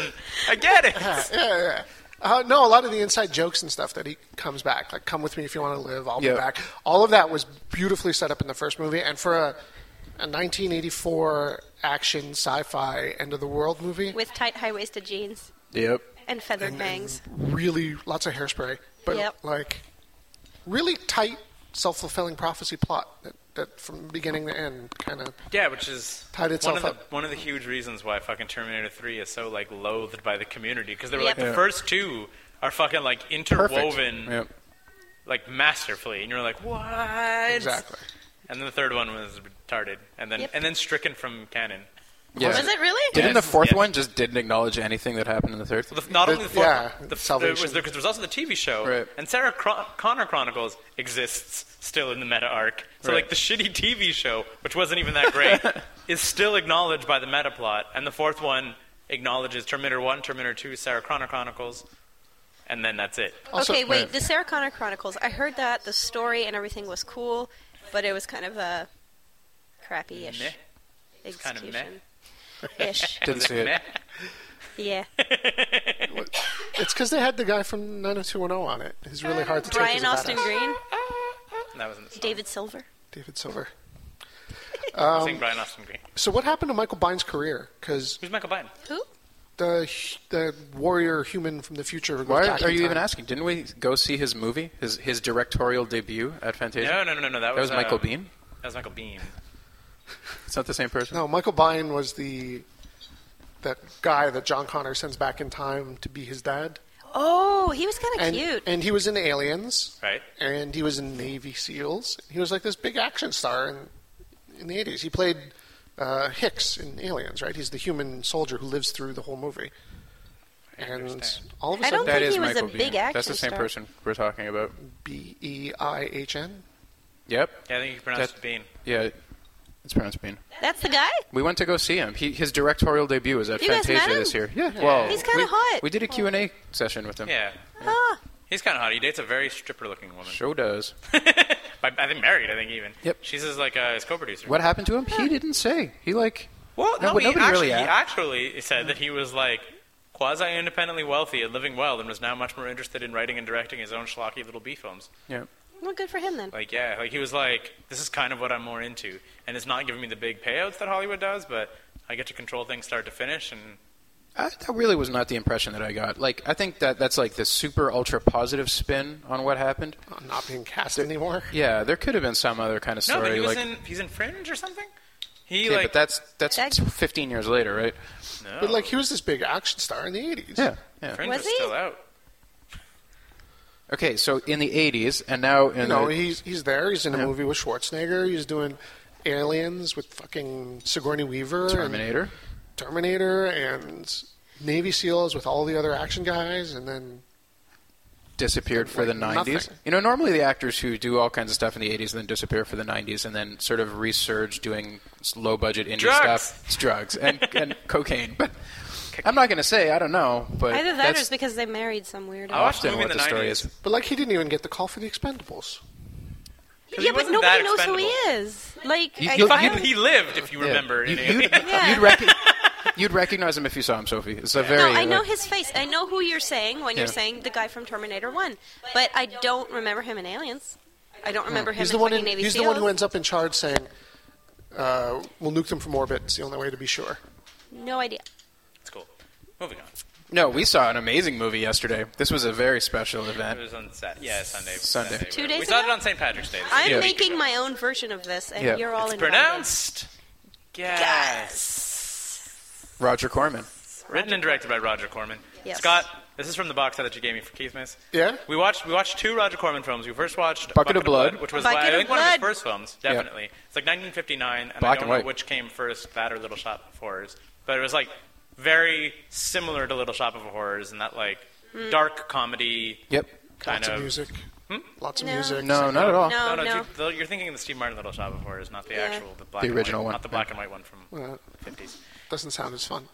I get it. yeah, yeah, yeah. Uh, no, a lot of the inside jokes and stuff that he comes back, like "Come with me if you want to live, I'll Yeah. be back." All of that was beautifully set up in the first movie, and for a a 1984 action sci-fi end of the world movie with tight high-waisted jeans Yep. and feathered And- bangs. really lots of hairspray, but Yep. like really tight, self-fulfilling prophecy plot that, that from beginning to end kind of Yeah, which is Tied itself one of the up. one of the huge reasons why fucking Terminator 3 is so like loathed by the community because they were like Yep. the Yeah. first two are fucking like Perfect. interwoven Yep. like masterfully, and you're like what? exactly. And then the third one was retarded, and then Yep. and then stricken from canon. Yeah. Was it really? Didn't Yes, the fourth yes. one just didn't acknowledge anything that happened in the third? Well, the, not The- only the fourth, yeah, one, the, there Salvation. was because there was also the TV show, Right. and Sarah Cro- Connor Chronicles exists still in the meta arc. So Right. like the shitty TV show, which wasn't even that great, is still acknowledged by the meta plot, and the fourth one acknowledges Terminator One, Terminator Two, Sarah Connor Chronicles, and then that's it. Also- okay, wait. yeah. The Sarah Connor Chronicles. I heard that the story and everything was cool, but it was kind of a crappy-ish Meh. kind of meh. execution. Ish. Didn't see it. Meh. Yeah. It's because they had the guy from 90210 on it. He's really hard to take. Brian as a Austin badass. Green, That wasn't the song. David Silver. David Silver. Um, I think Brian Austin Green. So what happened to Michael Bine's career? Because Who's Michael Biden? Who? the hu- the warrior human from the future. goes Why back are in you time. even asking? Didn't we go see his movie, his his directorial debut at Fantasia? No, no, no, no, no. That, That was Michael um, Bean. That was Michael Bean. It's not the same person. No, Michael Bine was the that guy that John Connor sends back in time to be his dad. Oh, he was kind of And, cute. and he was in Aliens. Right. and he was in Navy SEALs. He was like this big action star in, in the 80s. He played uh, Hicks in Aliens, right? He's the human soldier who lives through the whole movie. And understand. all of a I don't sudden, That think is he was Michael a Biehn. big action That's the same star. person we're talking about. B E I H N. Yep. Yeah, I think you pronounced That- it Bean. Yeah, it's pronounced Bean. That's the guy. We went to go see him. He, his directorial debut was at You guys Fantasia met him? this year. Yeah. Well, He's kinda we- hot. We did a Q&A session with him. Yeah, Ah, he's kind of hot. He dates a very stripper-looking woman. Show does. I, I think married. I think even. Yep. She's his like uh, his co-producer. What happened to him? He didn't say. He like Well, No, no, but he nobody actually, really he asked. actually said that he was like quasi-independently wealthy and living well, and was now much more interested in writing and directing his own schlocky little B films. yeah. well, good for him then. Like, yeah, like he was like, this is kind of what I'm more into, and it's not giving me the big payouts that Hollywood does, but I get to control things start to finish, and I, that really was not the impression that I got. Like I think that that's like the super ultra positive spin on what happened. I'm not being cast anymore. Yeah, there could have been some other kind of no, story but he was like in he's in Fringe or something. He Yeah, like but that's that's That- 15 years later, right? no, But like, he was this big action star in the 80s. Yeah. Yeah. Fringe Was was, he? still out. Okay, so in the 80s and now in You know, the, he's he's there. He's in a Yeah. movie with Schwarzenegger. He's doing Aliens with fucking Sigourney Weaver. And Terminator. Terminator and Navy SEALs with all the other action guys, and then disappeared for the Like 90s. nothing. You know, normally the actors who do all kinds of stuff in the 80s and then disappear for the 90s and then sort of resurge doing low budget indie Drugs. stuff. It's drugs and, and cocaine. But I'm not going to say, I don't know. But Either that or that's it's because they married some weirdo. I watched the often movie what in the the story 90s. is. but like he didn't even get the call for the Expendables. 'Cause he yeah, but wasn't that nobody knows who he expendable. is. Like, You- I, you- I Fucking, don't- he lived, if you Yeah. remember. You, in would it. Yeah. you'd recognize him if you saw him, Sophie. It's a very. uh, no, I know like- his face. I know who you're saying when you're Yeah. saying the guy from Terminator One, but I don't remember him in Aliens. I don't remember him He's in the one. fucking In, Navy he's the SEALs. one who ends up in charge, saying, uh, "We'll nuke them from orbit. It's the only way to be sure." No idea. It's cool. Moving on. No, we saw an amazing movie yesterday. This was a very special It event. was on Sat. Yeah, Sunday. Sunday. Two whatever. days We saw it ago? on St. Patrick's Day. This I'm Yeah. making my own version of this, and Yeah. you're all It's invited. pronounced. Gas. Roger Corman. Written and directed by Roger Corman. Yes. Scott, this is from the box set that you gave me for Keith Miss. Yeah? We watched we watched two Roger Corman films. We first watched Bucket of Blood. which was Bucket I think of one of his Blood. first films, definitely. It's like 1959, and Black I don't and know white. which came first, that or Little Shop of Horrors. But it was like very similar to Little Shop of Horrors, and that like Mm. dark comedy Yep. kind Lots of Hmm? of music. Lots of No. music. No, not at all. No. No, no, no. dude, you're thinking of the Steve Martin Little Shop of Horrors, not the Yeah. actual, the black The and original white, one. not the black and white one from Uh, fifties. doesn't sound as fun.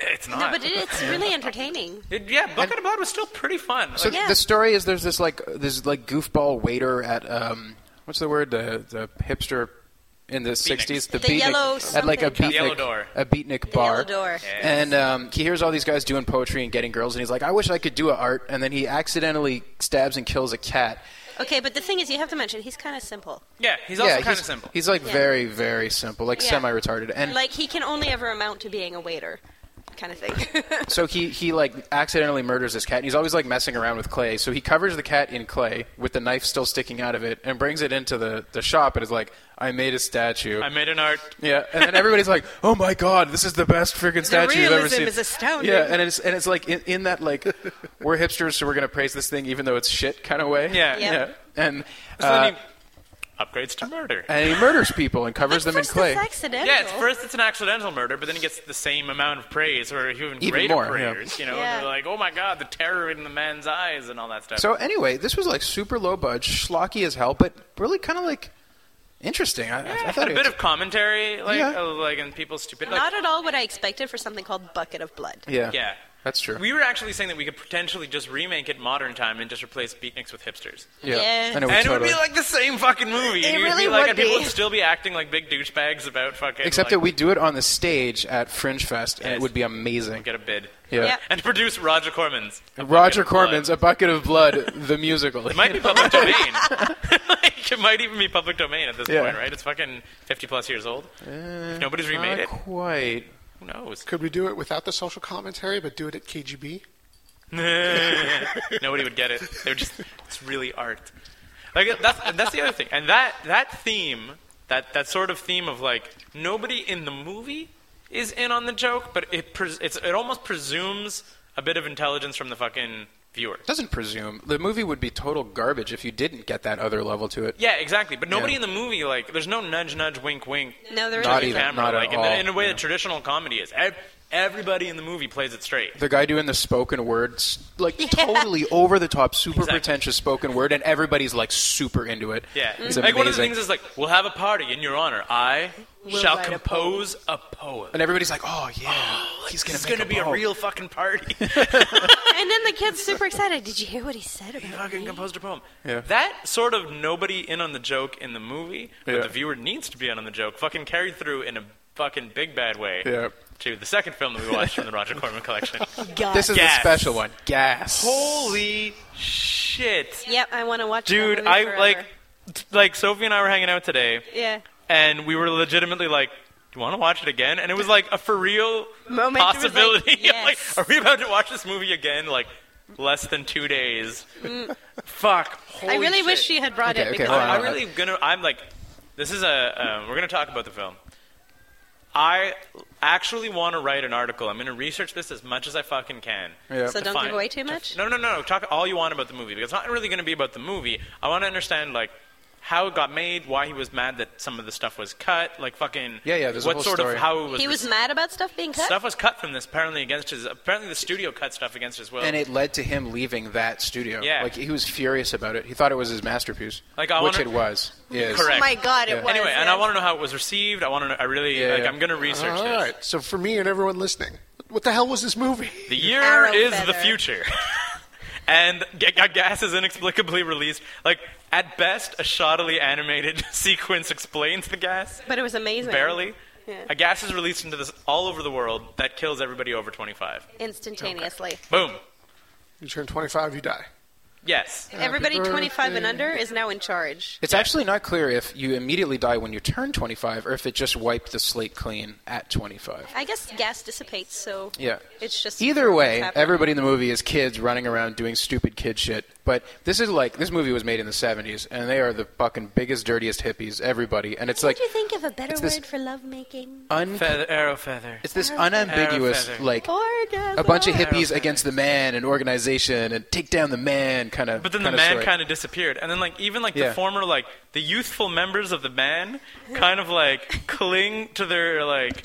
It's not. No, but it, it's really entertaining. It- yeah, Bucket of Blood was still pretty fun. So Like, Oh, Yeah. the story is there's this like this like goofball waiter at um what's the word the the hipster in the sixties the The yellow beatnik at like a something. beatnik The yellow door. a beatnik bar yellow door. Yes. and um, he hears all these guys doing poetry and getting girls and he's like I wish I could do a art and then he accidentally stabs and kills a cat Okay, but the thing is, you have to mention he's kind of simple. Yeah, he's also yeah, kind of he's- simple. He's like Yeah. very, very simple, like Yeah. semi-retarded, and Like he can only ever amount to being a waiter, kind of thing. so he he like accidentally murders this cat, and he's always like messing around with clay. So he covers the cat in clay with the knife still sticking out of it, and brings it into the the shop, and is like, "I made a statue." I made an art. yeah, and then everybody's like, "Oh my god, this is the best freaking statue you've ever realism seen." is astounding. Yeah, and it's and it's like in, in that like we're hipsters, so we're gonna praise this thing even though it's shit kind of way. Yeah. Yeah. yeah, and So uh, then he upgrades to murder. and he murders people and covers them in First, clay. it's accidental. Yeah, it's first it's an accidental murder, but then he gets the same amount of praise or even, Even greater more, yeah. praise. You know, Yeah. and they're like, oh my god, the terror in the man's eyes and all that stuff. So anyway, this was like super low budge, schlocky as hell, but really kind of like interesting. I, I- I yeah, thought a it bit was, of commentary, like, Yeah. uh, like and people's stupid. Like, Not at all what I expected for something called Bucket of Blood. yeah, yeah. that's true. We were actually saying that we could potentially just remake it modern time and just replace beatniks with hipsters. yeah, Yes. I know, and it would totally. be like the same fucking movie. It You'd really be like, would and people be. would still be acting like big douchebags about fucking. Except like, that we do it on the stage at Fringe Fest, and Yes. it would be amazing. get a bid. Yeah. And to produce Roger Corman's. A Bucket Roger of Blood. Corman's A Bucket of Blood, the musical. Uh, It might be public domain. like, it might even be public domain at this Yeah. Uh, point, right? It's fucking 50 plus years old. if nobody's remade Not it, quite. who knows? Could we do it without the social commentary, but do it at KGB? Nobody would get it. They're just it's really art. Like that's that's the other thing. And that that theme, that that sort of theme of like nobody in the movie is in on the joke, but it pres- it's it almost presumes a bit of intelligence from the fucking viewer. Doesn't presume the movie would be total garbage if you didn't get that other level to it. Yeah, exactly. But nobody Yeah. in the movie like there's no nudge nudge wink wink No, there Not to the isn't. even. camera not at like in, all. the, in a way Yeah. that traditional comedy is. Ev- Everybody in the movie plays it straight. The guy doing the spoken words, like totally over the top, super Exactly. pretentious spoken word, and everybody's like super into it. Yeah. it's Like amazing. one of the things is like, we'll have a party in your honor. I We'll shall write a compose a poem. and everybody's like, "Oh yeah, he's gonna It's make gonna a be a poem." real fucking party. And then the kid's super excited. Did you hear what he said about He me? fucking composed a poem. Yeah. That sort of nobody in on the joke in the movie, but Yeah. the viewer needs to be in on the joke, fucking carried through in a fucking big bad way Yeah. to the second film that we watched from the Roger Corman collection. God. This is Gas. the special one. Gas. Holy shit. Yep, I want to watch. that Dude, movie I forever. like t- like Sophie and I were hanging out today Yeah. and we were legitimately like, "Do you want to watch it again?" And it was like a for real Moment, it was like, possibility. yes. are we about to watch this movie again? Like less than two days. Fuck. I holy really shit. wish she had brought Okay, it okay, because hold I, on. I really gonna. I'm like, this is a. Um, we're gonna talk about the film. I actually want to write an article. I'm gonna research this as much as I fucking can. Yeah. so to don't find- give away too to- much. No, no, no. Talk all you want about the movie because it's not really going to be about the movie. I want to understand like how it got made, why he was mad that some of the stuff was cut, like fucking Yeah, yeah, there's a what whole sort story. of how it was. He was rec- mad about stuff being cut. Stuff was cut from this apparently against his. Apparently the studio cut stuff against his will. And it led to him leaving that studio. Yeah. Like he was furious about it. He thought it was his masterpiece. Like, I which wonder- it was. Yes. Correct. Oh my God, it Yeah. was. anyway, and yeah. I want to know how it was received. I want to. I really Yeah, like. yeah. I'm going to research All this. right. So for me and everyone listening, what the hell was this movie? The year Arrow is feather. the future. and G- G- Gas is inexplicably released. Like, at best, a shoddily animated sequence explains the gas. But it was amazing. Barely. Yeah. A gas is released into this all over the world that kills everybody over 25. Instantaneously. Boom. You turn 25, you die. Yes. Everybody birthday. 25 and under is now in charge. It's actually not clear if you immediately die when you turn 25 or if it just wiped the slate clean at 25. I guess gas dissipates, so Yeah. it's just. Either way, happening. everybody in the movie is kids running around doing stupid kid shit. But this is like this movie was made in the 70s, and they are the fucking biggest, dirtiest hippies. Everybody, and it's like Did you think of a better it's this- word for lovemaking? un- Feather, arrow feather. it's this unambiguous Arrow feather. like Orgasm. a bunch of hippies against the man and organization and take down the man kind of. But then the kinda man story. kind of disappeared, and then like even like the Yeah. former like the youthful members of the man kind of like cling to their like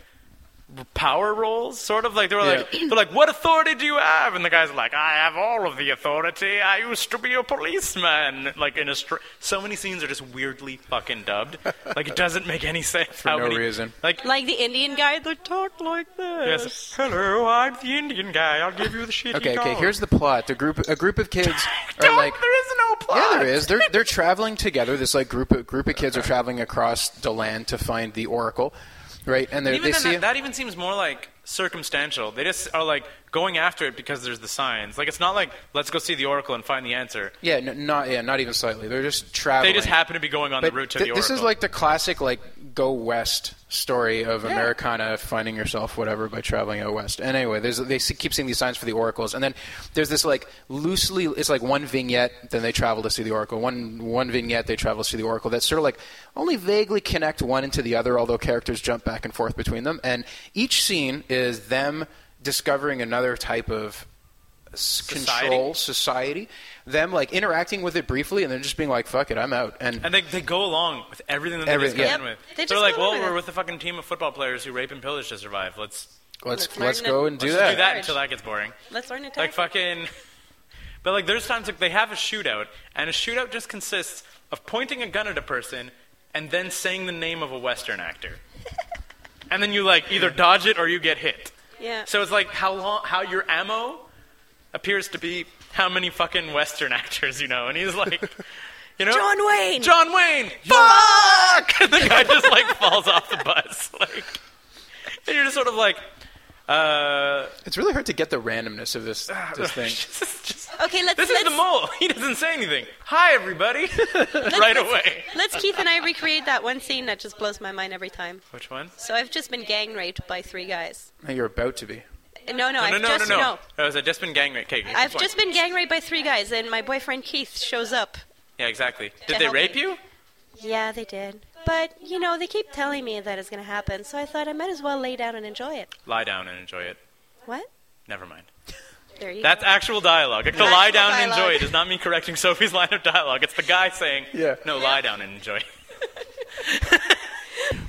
power roles, sort of like they were like Yeah. they're like, "What authority do you have?" And the guy's like, "I have all of the authority. I used to be a policeman." Like in a str- so many scenes are just weirdly fucking dubbed. Like it doesn't make any sense for how no many- reason. Like Like the Indian guy, they talk like this. yes, hello, I'm the Indian guy. I'll give you the shit. Okay, okay. Here's the plot. The group, a group of kids are Don't, like. there is no plot. Yeah, there is. They're they're traveling together. This like group of group of kids are traveling across the land to find the oracle, right? And they Even they then, see that, that even seems more like circumstantial. They just are like going after it because there's the signs. Like it's not like let's go see the oracle and find the answer. Yeah, n- not yeah, not even slightly. They're just traveling. They just happen to be going on But the route to thi- the oracle. this is like the classic like go west story of Americana finding yourself whatever by traveling out west. And anyway, there's they see- keep seeing these signs for the oracles, and then there's this like loosely it's like one vignette, then they travel to see the oracle. One one vignette, they travel to see the oracle. That sort of like only vaguely connect one into the other, although characters jump back and forth between them. And each scene is them discovering another type of s- Society? control society them like interacting with it briefly and then just being like fuck it i'm out and and they, they go along with everything that Everything, they just yeah. come in Yep. with. They They're just like, go well, along with we're it. with a fucking team of football players who rape and pillage to survive. Let's Let's Let's let's learn go to- and do let's that. do that until that gets boring. Let's learn to talk. Like fucking. But like, there's times like they have a shootout, and a shootout just consists of pointing a gun at a person and then saying the name of a Western actor, and then you like either dodge it or you get hit. yeah. So it's like how long, how your ammo appears to be how many fucking Western actors you know, and he's like, you know, John Wayne. John Wayne, fuck, and the guy just like falls off the bus, like, and you're just sort of like, uh, It's really hard to get the randomness of this, this thing. Ah, just- just- okay, let's this is let's, the mole. He doesn't say anything. Hi, everybody, right away. let's Keith and I recreate that one scene that just blows my mind every time. Which one? So I've just been gang raped by three guys. No, You're about to be. No, no, No, I've no, no, just no, no. That was a just been gang rape. Okay, good I've point. just been gang raped by three guys, and my boyfriend Keith shows up. Yeah, exactly. To Did they help rape me. you? Yeah, they did. But you know, they keep telling me that it's gonna happen, so I thought I might as well lay down and enjoy it. Lie down and enjoy it. What? Never mind. There you That's actual dialogue. Like, the Actual lie down and dialogue. enjoy it does not mean correcting Sophie's line of dialogue. It's the guy saying, Yeah. no, lie down and enjoy it.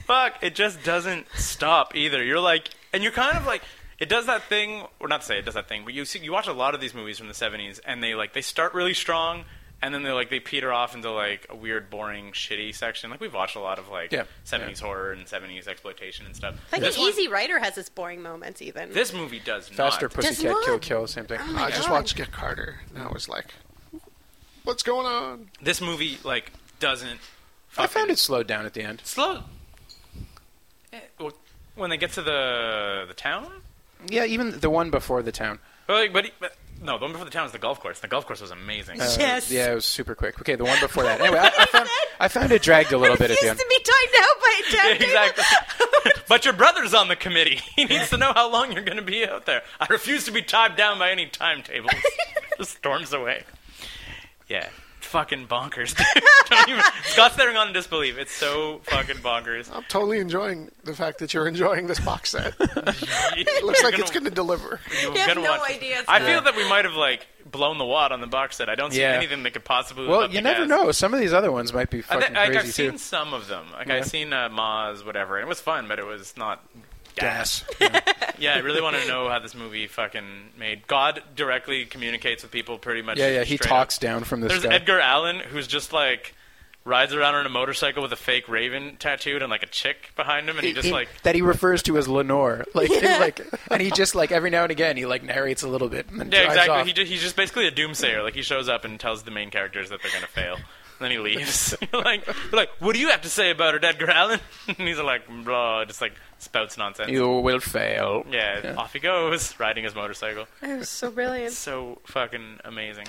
Fuck, it just doesn't stop either. You're like, and you're kind of like, it does that thing, or not to say it does that thing, but you see, you watch a lot of these movies from the 70s, and they like, they start really strong, and then they like, they peter off into like a weird, boring, shitty section. Like, we've watched a lot of like Yeah. 70s horror and 70s exploitation and stuff. Like This the one- Easy Rider has its boring moments, even. This movie does Faster not. Ah. pussycat not- kill kill same thing. Oh my I just God. watched Get Carter, and I was like, "What's going on?" this movie like doesn't. I fucking- found it slowed down at the end. slow. Eh, well, When they get to the the town, Yeah, even the one before the town. but, like, but, he- but no, the one before the town is the golf course. The golf course was amazing. Uh, Yes. Yeah, it was super quick. Okay, the one before that. Anyway, I, I found I found it dragged a little bit at the Refuse end. to be timed out by a Yeah, timetable. exactly. but your brother's on the committee. He needs to know how long you're going to be out there. I refuse to be tied down by any timetables. Just storms away. Yeah. Fucking bonkers. dude. Don't even, Scott's staring on in disbelief. It's so fucking bonkers. I'm totally enjoying the fact that you're enjoying this box set. it It looks like it's going to deliver. You have gotta no watch this. idea it's I not. feel that we might have like blown the wad on the box set. I don't see Yeah. anything that could possibly. live Well, up you to never Gaz. know. Some of these other ones might be I fucking thi- like, I've crazy seen too. some of them. Like Yeah. I've seen uh, Maz, whatever, and it was fun, but it was not. Gas. Yeah, I really want to know how this movie fucking made. God directly communicates with people pretty much. Yeah, yeah. He straight talks up. down from the There's sky. Edgar Allan who's just like rides around on a motorcycle with a fake raven tattooed and like a chick behind him, and he just He- like that he refers to as Lenore, like like, and he just like every now and again he like narrates a little bit and then Yeah, drives exactly. off. He ju- he's just basically a doomsayer. Like he shows up and tells the main characters that they're gonna fail, and then he leaves. You're like, they're like, what do you have to say about it, Edgar Allan? and he's like, blah, just like spouts nonsense. you will fail. yeah, off he goes, riding his motorcycle. It was so brilliant. So fucking amazing.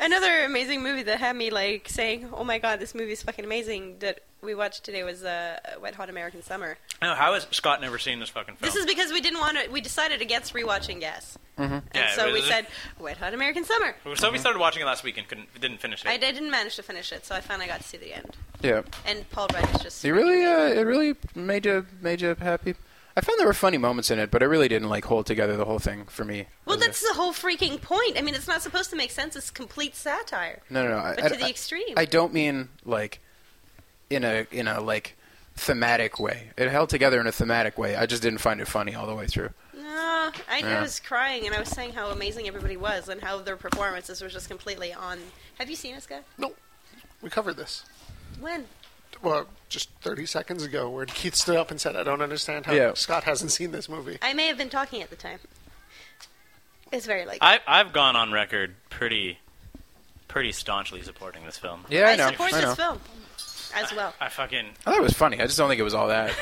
Another amazing movie that had me like saying, "Oh my god, this movie's fucking amazing." That we watched today was uh, Wet Hot American Summer. no, how has Scott never seen this fucking film? This is because we didn't want to. We decided against rewatching Gas, Mm-hmm. and Yeah, so it we was- said Wet Hot American Summer. so we Mhm. started watching it last week and couldn't, didn't finish it. I didn't manage to finish it, so I finally got to see the end. Yeah. And Paul Rudd is just It really, uh, it really made you made you happy. I found there were funny moments in it, but it really didn't like hold together the whole thing for me. well. As a- That's the whole freaking point. I mean, it's not supposed to make sense. It's complete satire. no, no, no. I, But I- to the I- extreme. I don't mean like in a in a like thematic way. It held together in a thematic way. I just didn't find it funny all the way through. No, I, Yeah. I was crying and I was saying how amazing everybody was and how their performances were just completely on. Have you seen this guy? No, we covered this. When? Well, just 30 seconds ago, where Keith stood up and said, "I don't understand how Yeah. Scott hasn't seen this movie." I may have been talking at the time. It's very like I, I've gone on record pretty, pretty staunchly supporting this film. Yeah, I, know. support I know. this film as well. I fucking I thought it was funny. I just don't think it was all that.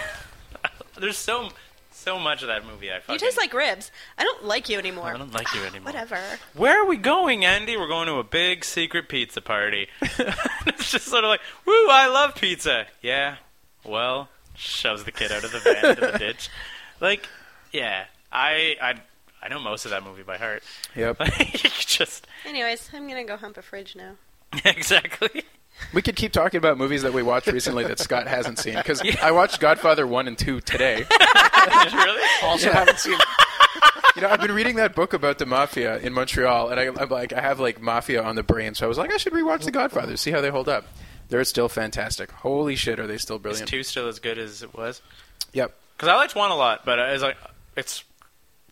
there's so So much of that movie I fucking. You taste like ribs. I don't like you anymore. I don't like you anymore. Whatever. Where are we going, Andy? We're going to a big secret pizza party. it's just sort of like, woo, I love pizza. Yeah. Well, shoves the kid out of the van into the ditch. Like, yeah. I I I know most of that movie by heart. Yep. Like, just Anyways, I'm gonna go hump a fridge now. exactly. we could keep talking about movies that we watched recently that Scott hasn't seen because I watched Godfather one and two today. really? Also haven't seen. You know, I've been reading that book about the mafia in Montreal, and I, I'm like, I have like mafia on the brain, so I was like, I should rewatch The Godfather, see how they hold up. They're still fantastic. Holy shit, are they still Is brilliant? two still as good as it was? Yep. Because I liked one a lot, but it's like it's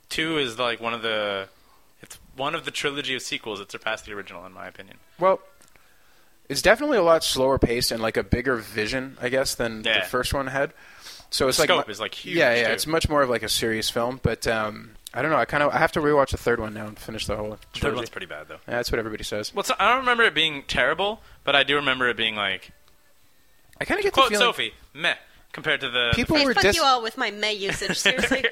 two is like one of the it's one of the trilogy of sequels that surpassed the original in my opinion. Well, it's definitely a lot slower paced and like a bigger vision, I guess, than Yeah. the first one had. So it's The like scope mu- is, like, huge, Yeah, yeah, too. it's much more of like a serious film. But um, I don't know. I kind of I have to rewatch the third one now and finish the whole. The trilogy. third one's pretty bad though. Yeah, that's what everybody says. Well, so I don't remember it being terrible, but I do remember it being like I kind of get the quote feeling Sophie meh compared to the people Hey, were fuck dis- you all with my May usage. Seriously.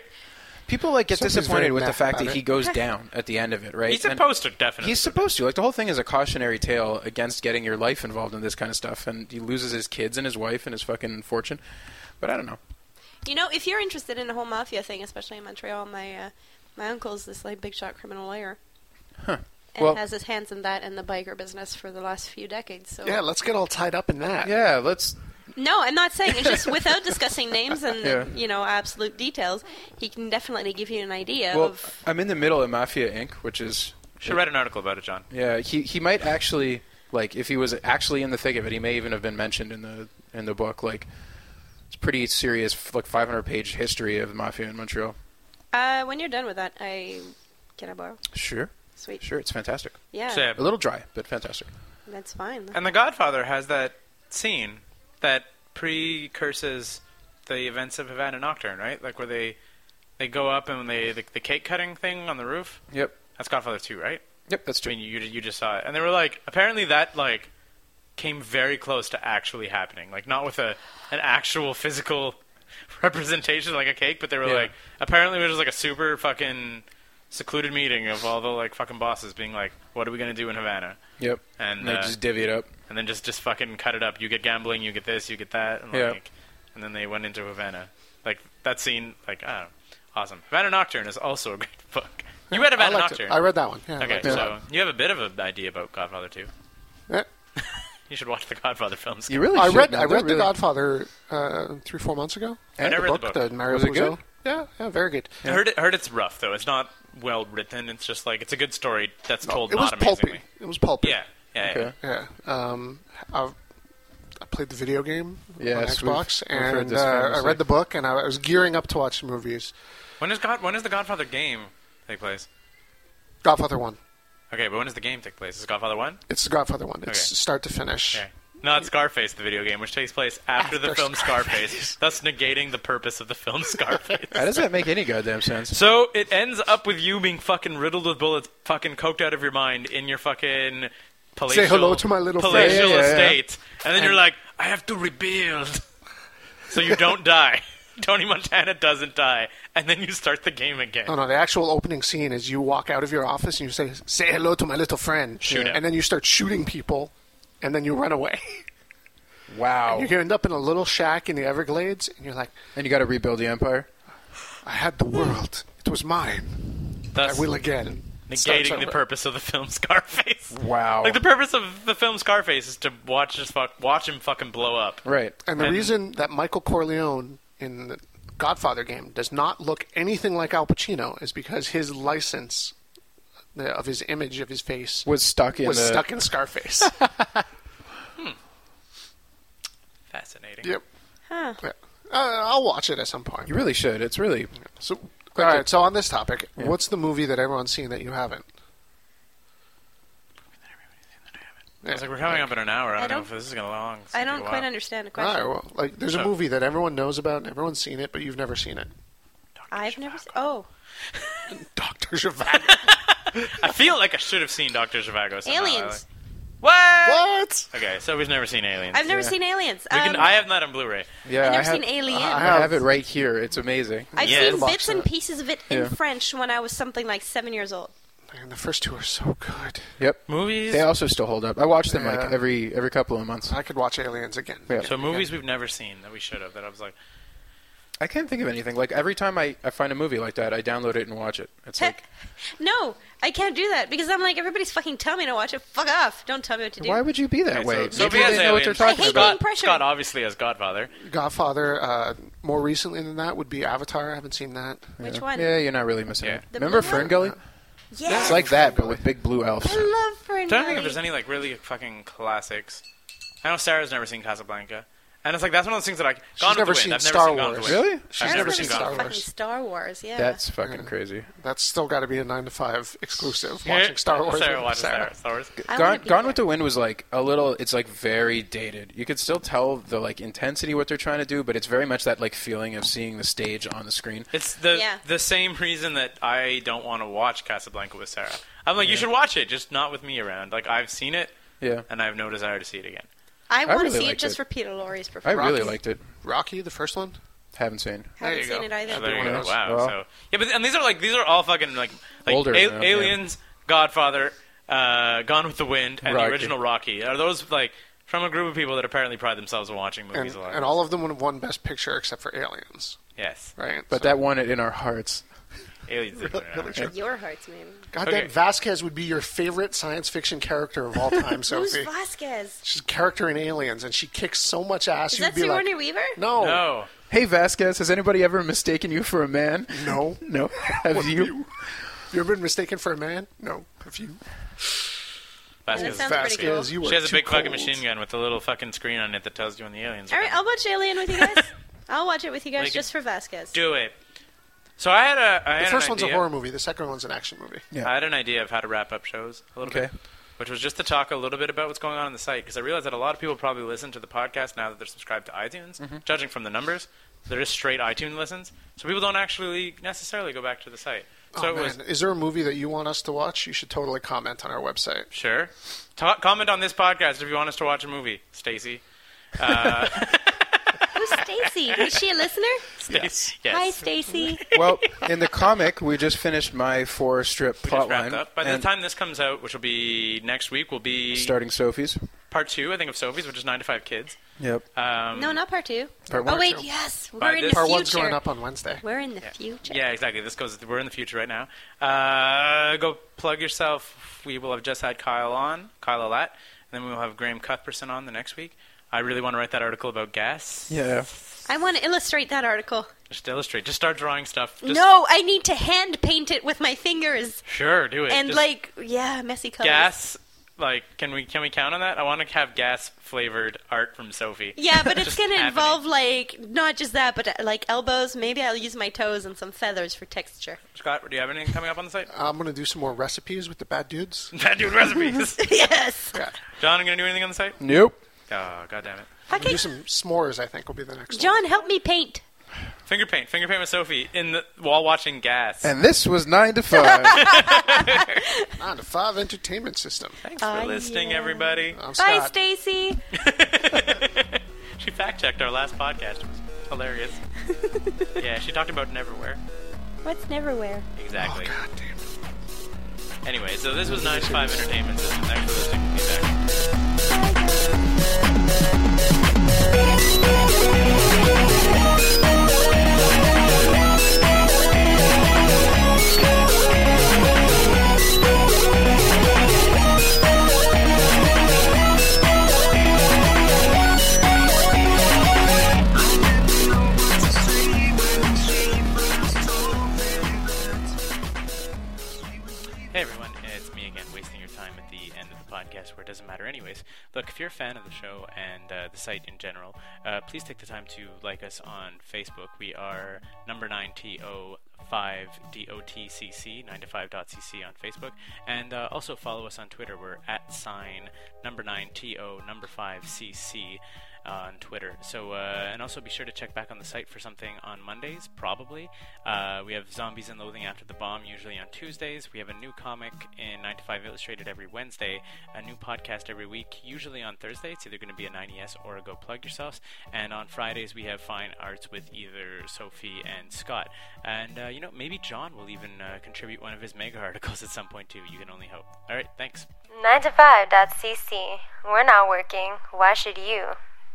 people like get Sophie's disappointed very with the mad fact about that it. he goes down at the end of it, right? he's And- supposed to definitely He's supposed to. Like the whole thing is a cautionary tale against getting your life involved in this kind of stuff, and he loses his kids and his wife and his fucking fortune. But I don't know. you know, if you're interested in the whole mafia thing, especially in Montreal, my uh, my uncle's this like big shot criminal lawyer. Huh. And Well- has his hands in that and the biker business for the last few decades. So Yeah, let's get all tied up in that. Yeah, let's. No, I'm not saying it's just without discussing names and Yeah. you know absolute details. He can definitely give you an idea Well, of. I'm in the middle of Mafia Inc., which is should write an article about it, John. yeah. He he might actually like if he was actually in the thick of it, he may even have been mentioned in the in the book. Like it's pretty serious, f- like 500 page history of mafia in Montreal. Uh, when you're done with that, I can I borrow? Sure, Sweet. sure, it's fantastic. Yeah, So, yeah. A little dry, but fantastic. that's fine. And The Godfather has that scene that precurses the events of Havana Nocturne, right? Like where they they go up and they the, the cake cutting thing on the roof. Yep, That's Godfather Two, right? yep, that's I true. mean, you you just saw it, and they were like, apparently that like came very close to actually happening, like not with a an actual physical representation like a cake, but they were Yeah. like, apparently it was just like a super fucking secluded meeting of all the like fucking bosses being like, what are we gonna do in Havana? Yep, And, they uh, just divvy it up. and then just just fucking cut it up. You get gambling, you get this, you get that, and Yeah. like, and then they went into Havana. Like that scene, like I don't know, awesome. Havana Nocturne is also a great book. You read I Havana liked it. Nocturne? I read that one. Yeah, I okay, liked it. so you have a bit of an idea about Godfather too. it. You should watch the Godfather films. You really? I should, read man. I They're read The really- Godfather uh, three four months ago. I never read the book, book. Mario Was it Puzo. good? Yeah, yeah, very good. I heard it. Heard it's rough though. It's not well written. It's just like it's a good story that's told it was not amazingly. pulpy. It was pulpy. Yeah, yeah. yeah. Okay. Yeah. Um, I've, I played the video game Yes, on Xbox, we've- we've heard and this uh, I famously. read the book, and I was gearing up to watch the movies. When is God? When is the Godfather game take place? Godfather one. Okay, but when does the game take place? Is it Godfather one? It's the Godfather one. It's Okay. start to finish. Okay. Not Scarface, the video game, which takes place after, the After film Scarface, thus negating the purpose of the film Scarface. How does that make any goddamn sense? so it ends up with you being fucking riddled with bullets, fucking coked out of your mind in your fucking palatial, hello to my little palatial friend. Yeah, yeah, yeah. estate, and then you're like, I have to rebuild, so you don't die. Tony Montana doesn't die, and then you start the game again. No, no. The actual opening scene is you walk out of your office and you say, "Say hello to my little friend," Shoot him. and then you start shooting people, and then you run away. Oh. Wow. You end up in a little shack in the Everglades, and you're like, And you got to rebuild the empire. "I had the world. It was mine. I Thus will again." It starts negating the over. purpose of the film Scarface. Wow. Like the purpose of the film Scarface is to watch just fuck, watch him fucking blow up. right. And the And- reason that Michael Corleone in the Godfather game does not look anything like Al Pacino is because his license uh, of his image of his face Was stuck in uh, was the stuck in Scarface. Fascinating. yep. Huh. Yeah. Uh, I'll watch it at some point. You really should. It's really So, all right. So on this topic, what's the movie that everyone's seen that you haven't? I was like, we're coming up in an hour. I don't, I know if don't- this is gonna long. It's I gonna don't be a quite while. understand the All question. right. Well, like, there's a So- movie that everyone knows about and everyone's seen it, but you've never seen it. I've never. Se- oh, Doctor Zhivago. I feel like I should have seen Doctor Zhivago. somehow. I aliens. like- What? What? Okay, so we've never seen Aliens. I've never Yeah. seen Aliens. We Um, can- I have not on Blu-ray. Yeah, I've I never have, seen Alien. I I have- have it right here. It's amazing. I've Yes. seen Box bits and set. pieces of it in Yeah. French when I was something like seven years old. Man, the first two are so good. Yep. Movies. They also still hold up. I watch them like Yeah. every every couple of months. I could watch Aliens again. Yeah. so movies we've never seen that we should have. That I was like, I can't think of anything. Like every time I, I find a movie like that, I download it and watch it. It's like, no, I can't do that because I'm like everybody's fucking telling me to watch it. Fuck off! Don't tell me what to do. why would you be that Okay, way? so- so Maybe we they had know what they're Aliens. I talking hate about. being pressured. Scott obviously as Godfather. Godfather. Uh, more recently than that would be Avatar. I haven't seen that. Which one? Yeah, you're not really missing Yeah. it. The Remember blue Fern Gully? Yes. It's like that, but with big blue elves. I love I Fern. don't think if Gully. there's any like really fucking classics. I know Sarah's never seen Casablanca, and it's like that's one of those things that I Gone with never the Wind. seen I've never Star seen Gone with Wars. the Wind. Really? I've She's never never seen seen Gone. Star fucking Wars. Star Wars. Yeah. That's fucking crazy. That's still got to be a nine to five exclusive. Yeah. Watching Star Wars. Sarah with watches Star- Sarah. Star Wars. I wanna Gone, be Gone there. with the Wind was like a little. It's like very dated. You could still tell the like intensity what they're trying to do, but it's very much that like feeling of seeing the stage on the screen. It's the Yeah. the same reason that I don't want to watch Casablanca with Sarah. I'm like, you should watch it, just not with me around. Like I've seen it, Yeah, and I have no desire to see it again. I want to really see it liked just it. for Peter Laurie's I performance. really Rocky. liked it. Rocky, the first one. Haven't seen. Haven't There you seen go. it So either. there you go. Nice. Wow. Wow. So yeah, but and these are like these are all fucking like like Older A- now, yeah. Aliens, Godfather, uh, Gone with the Wind, and Rocky. the original Rocky. Are those like from a group of people that apparently pride themselves on watching And, movies a lot? and all of them would have won Best Picture except for Aliens, yes, right? But that won it in our hearts. Aliens. did win it. really true. Your hearts, maybe. God, Okay. that Vasquez would be your favorite science fiction character of all time, Who's Sophie. Vasquez? She's a character in Aliens, and she kicks so much ass. Is you'd that be Sigourney like, Weaver? no, No. Hey Vasquez, has anybody ever mistaken you for a man? no. No. Have What, you? you? You ever been mistaken for a man? No. Have you? That Vasquez. sounds pretty cool. Vasquez, you were She has a too big fucking cold. machine gun with a little fucking screen on it that tells you when the aliens are. All right, coming. I'll watch Alien with you guys. I'll watch it with you We guys can just for Vasquez. Do it. So I had a. I had The an first one's a idea. horror movie. The second one's an action movie. Yeah. I had an idea of how to wrap up shows a little Okay. bit, which was just to talk a little bit about what's going on on the site because I realized that a lot of people probably listen to the podcast now that they're subscribed to iTunes. Mm-hmm. Judging from the numbers, they're just straight iTunes listens, so people don't actually necessarily go back to the site. So oh, it man. was Is there a movie that you want us to watch? You should totally comment on our website. sure. Ta- comment on this podcast if you want us to watch a movie, Stacy. Who's Stacy? Is she a listener? Yes. Hi, Stacy. Well, in the comic, we just finished my four strip We just plot wrapped line. up. By the and time this comes out, which will be next week, will be starting Sophie's. part two, I think, of Sophie's, which is nine to five kids. Yep. Um, No, not part two. Part oh one. wait, Two. yes, we're By in this- the Part future. one's going up on Wednesday. We're in the future. Yeah, exactly. This goes. We're in the future right now. Uh, go plug yourself. We will have just had Kyle on, Kyle Alat, and then we will have Graham Cuthbertson on the next week. I really want to write that article about gas. Yeah. I want to illustrate that article. Just illustrate. Just start drawing stuff. Just, no, I need to hand paint it with my fingers Sure, do it. and Just like yeah, messy colors. gas. Like, can we can we count on that? I want to have gas flavored art from Sophie. Yeah, but it's Just going to happening. involve like not just that, but uh, like elbows. Maybe I'll use my toes and some feathers for texture. Scott, do you have anything coming up on the site? I'm going to do some more recipes with the bad dudes. Bad dude recipes. yes. Yeah. John, gonna do anything on the site? Nope. Oh, god damn it. I'm gonna Okay. do some s'mores, I think, will be the next one. John, help me paint. Finger paint, finger paint with Sophie in the while watching gas. And this was nine to five. On the Five Entertainment System. Thanks for Ah, listening, yeah. everybody. I'm Bye, Scott. Stacy. She fact checked our last podcast. It was hilarious. yeah, she talked about Neverwhere. What's Neverwhere? Exactly. God damn. anyway, so this was 9 to 5 Entertainment System. Thanks for listening. We'll be back. Hey everyone, it's me again, wasting your time at the end of the podcast where it doesn't matter, anyways. Look, if you're a fan of the show and uh, the site in general, uh, please take the time to like us on Facebook. We are number 9TO 5DOTCC, 9to5.cc on Facebook. And uh, also follow us on Twitter. We're at sign number 9TO number 5CC on Twitter. So, uh, and also be sure to check back on the site for something on Mondays, probably. Uh, we have Zombies and Loathing After the Bomb usually on Tuesdays. We have a new comic in 9 to 5 Illustrated every Wednesday, a new podcast every week, usually on Thursday. It's either going to be a 9ES or a Go Plug Yourselves. And on Fridays, we have Fine Arts with either Sophie and Scott. And, uh, you know, maybe John will even uh, contribute one of his mega articles at some point, too. You can only hope. All right, thanks. 9to5.cc. We're not working. Why should you?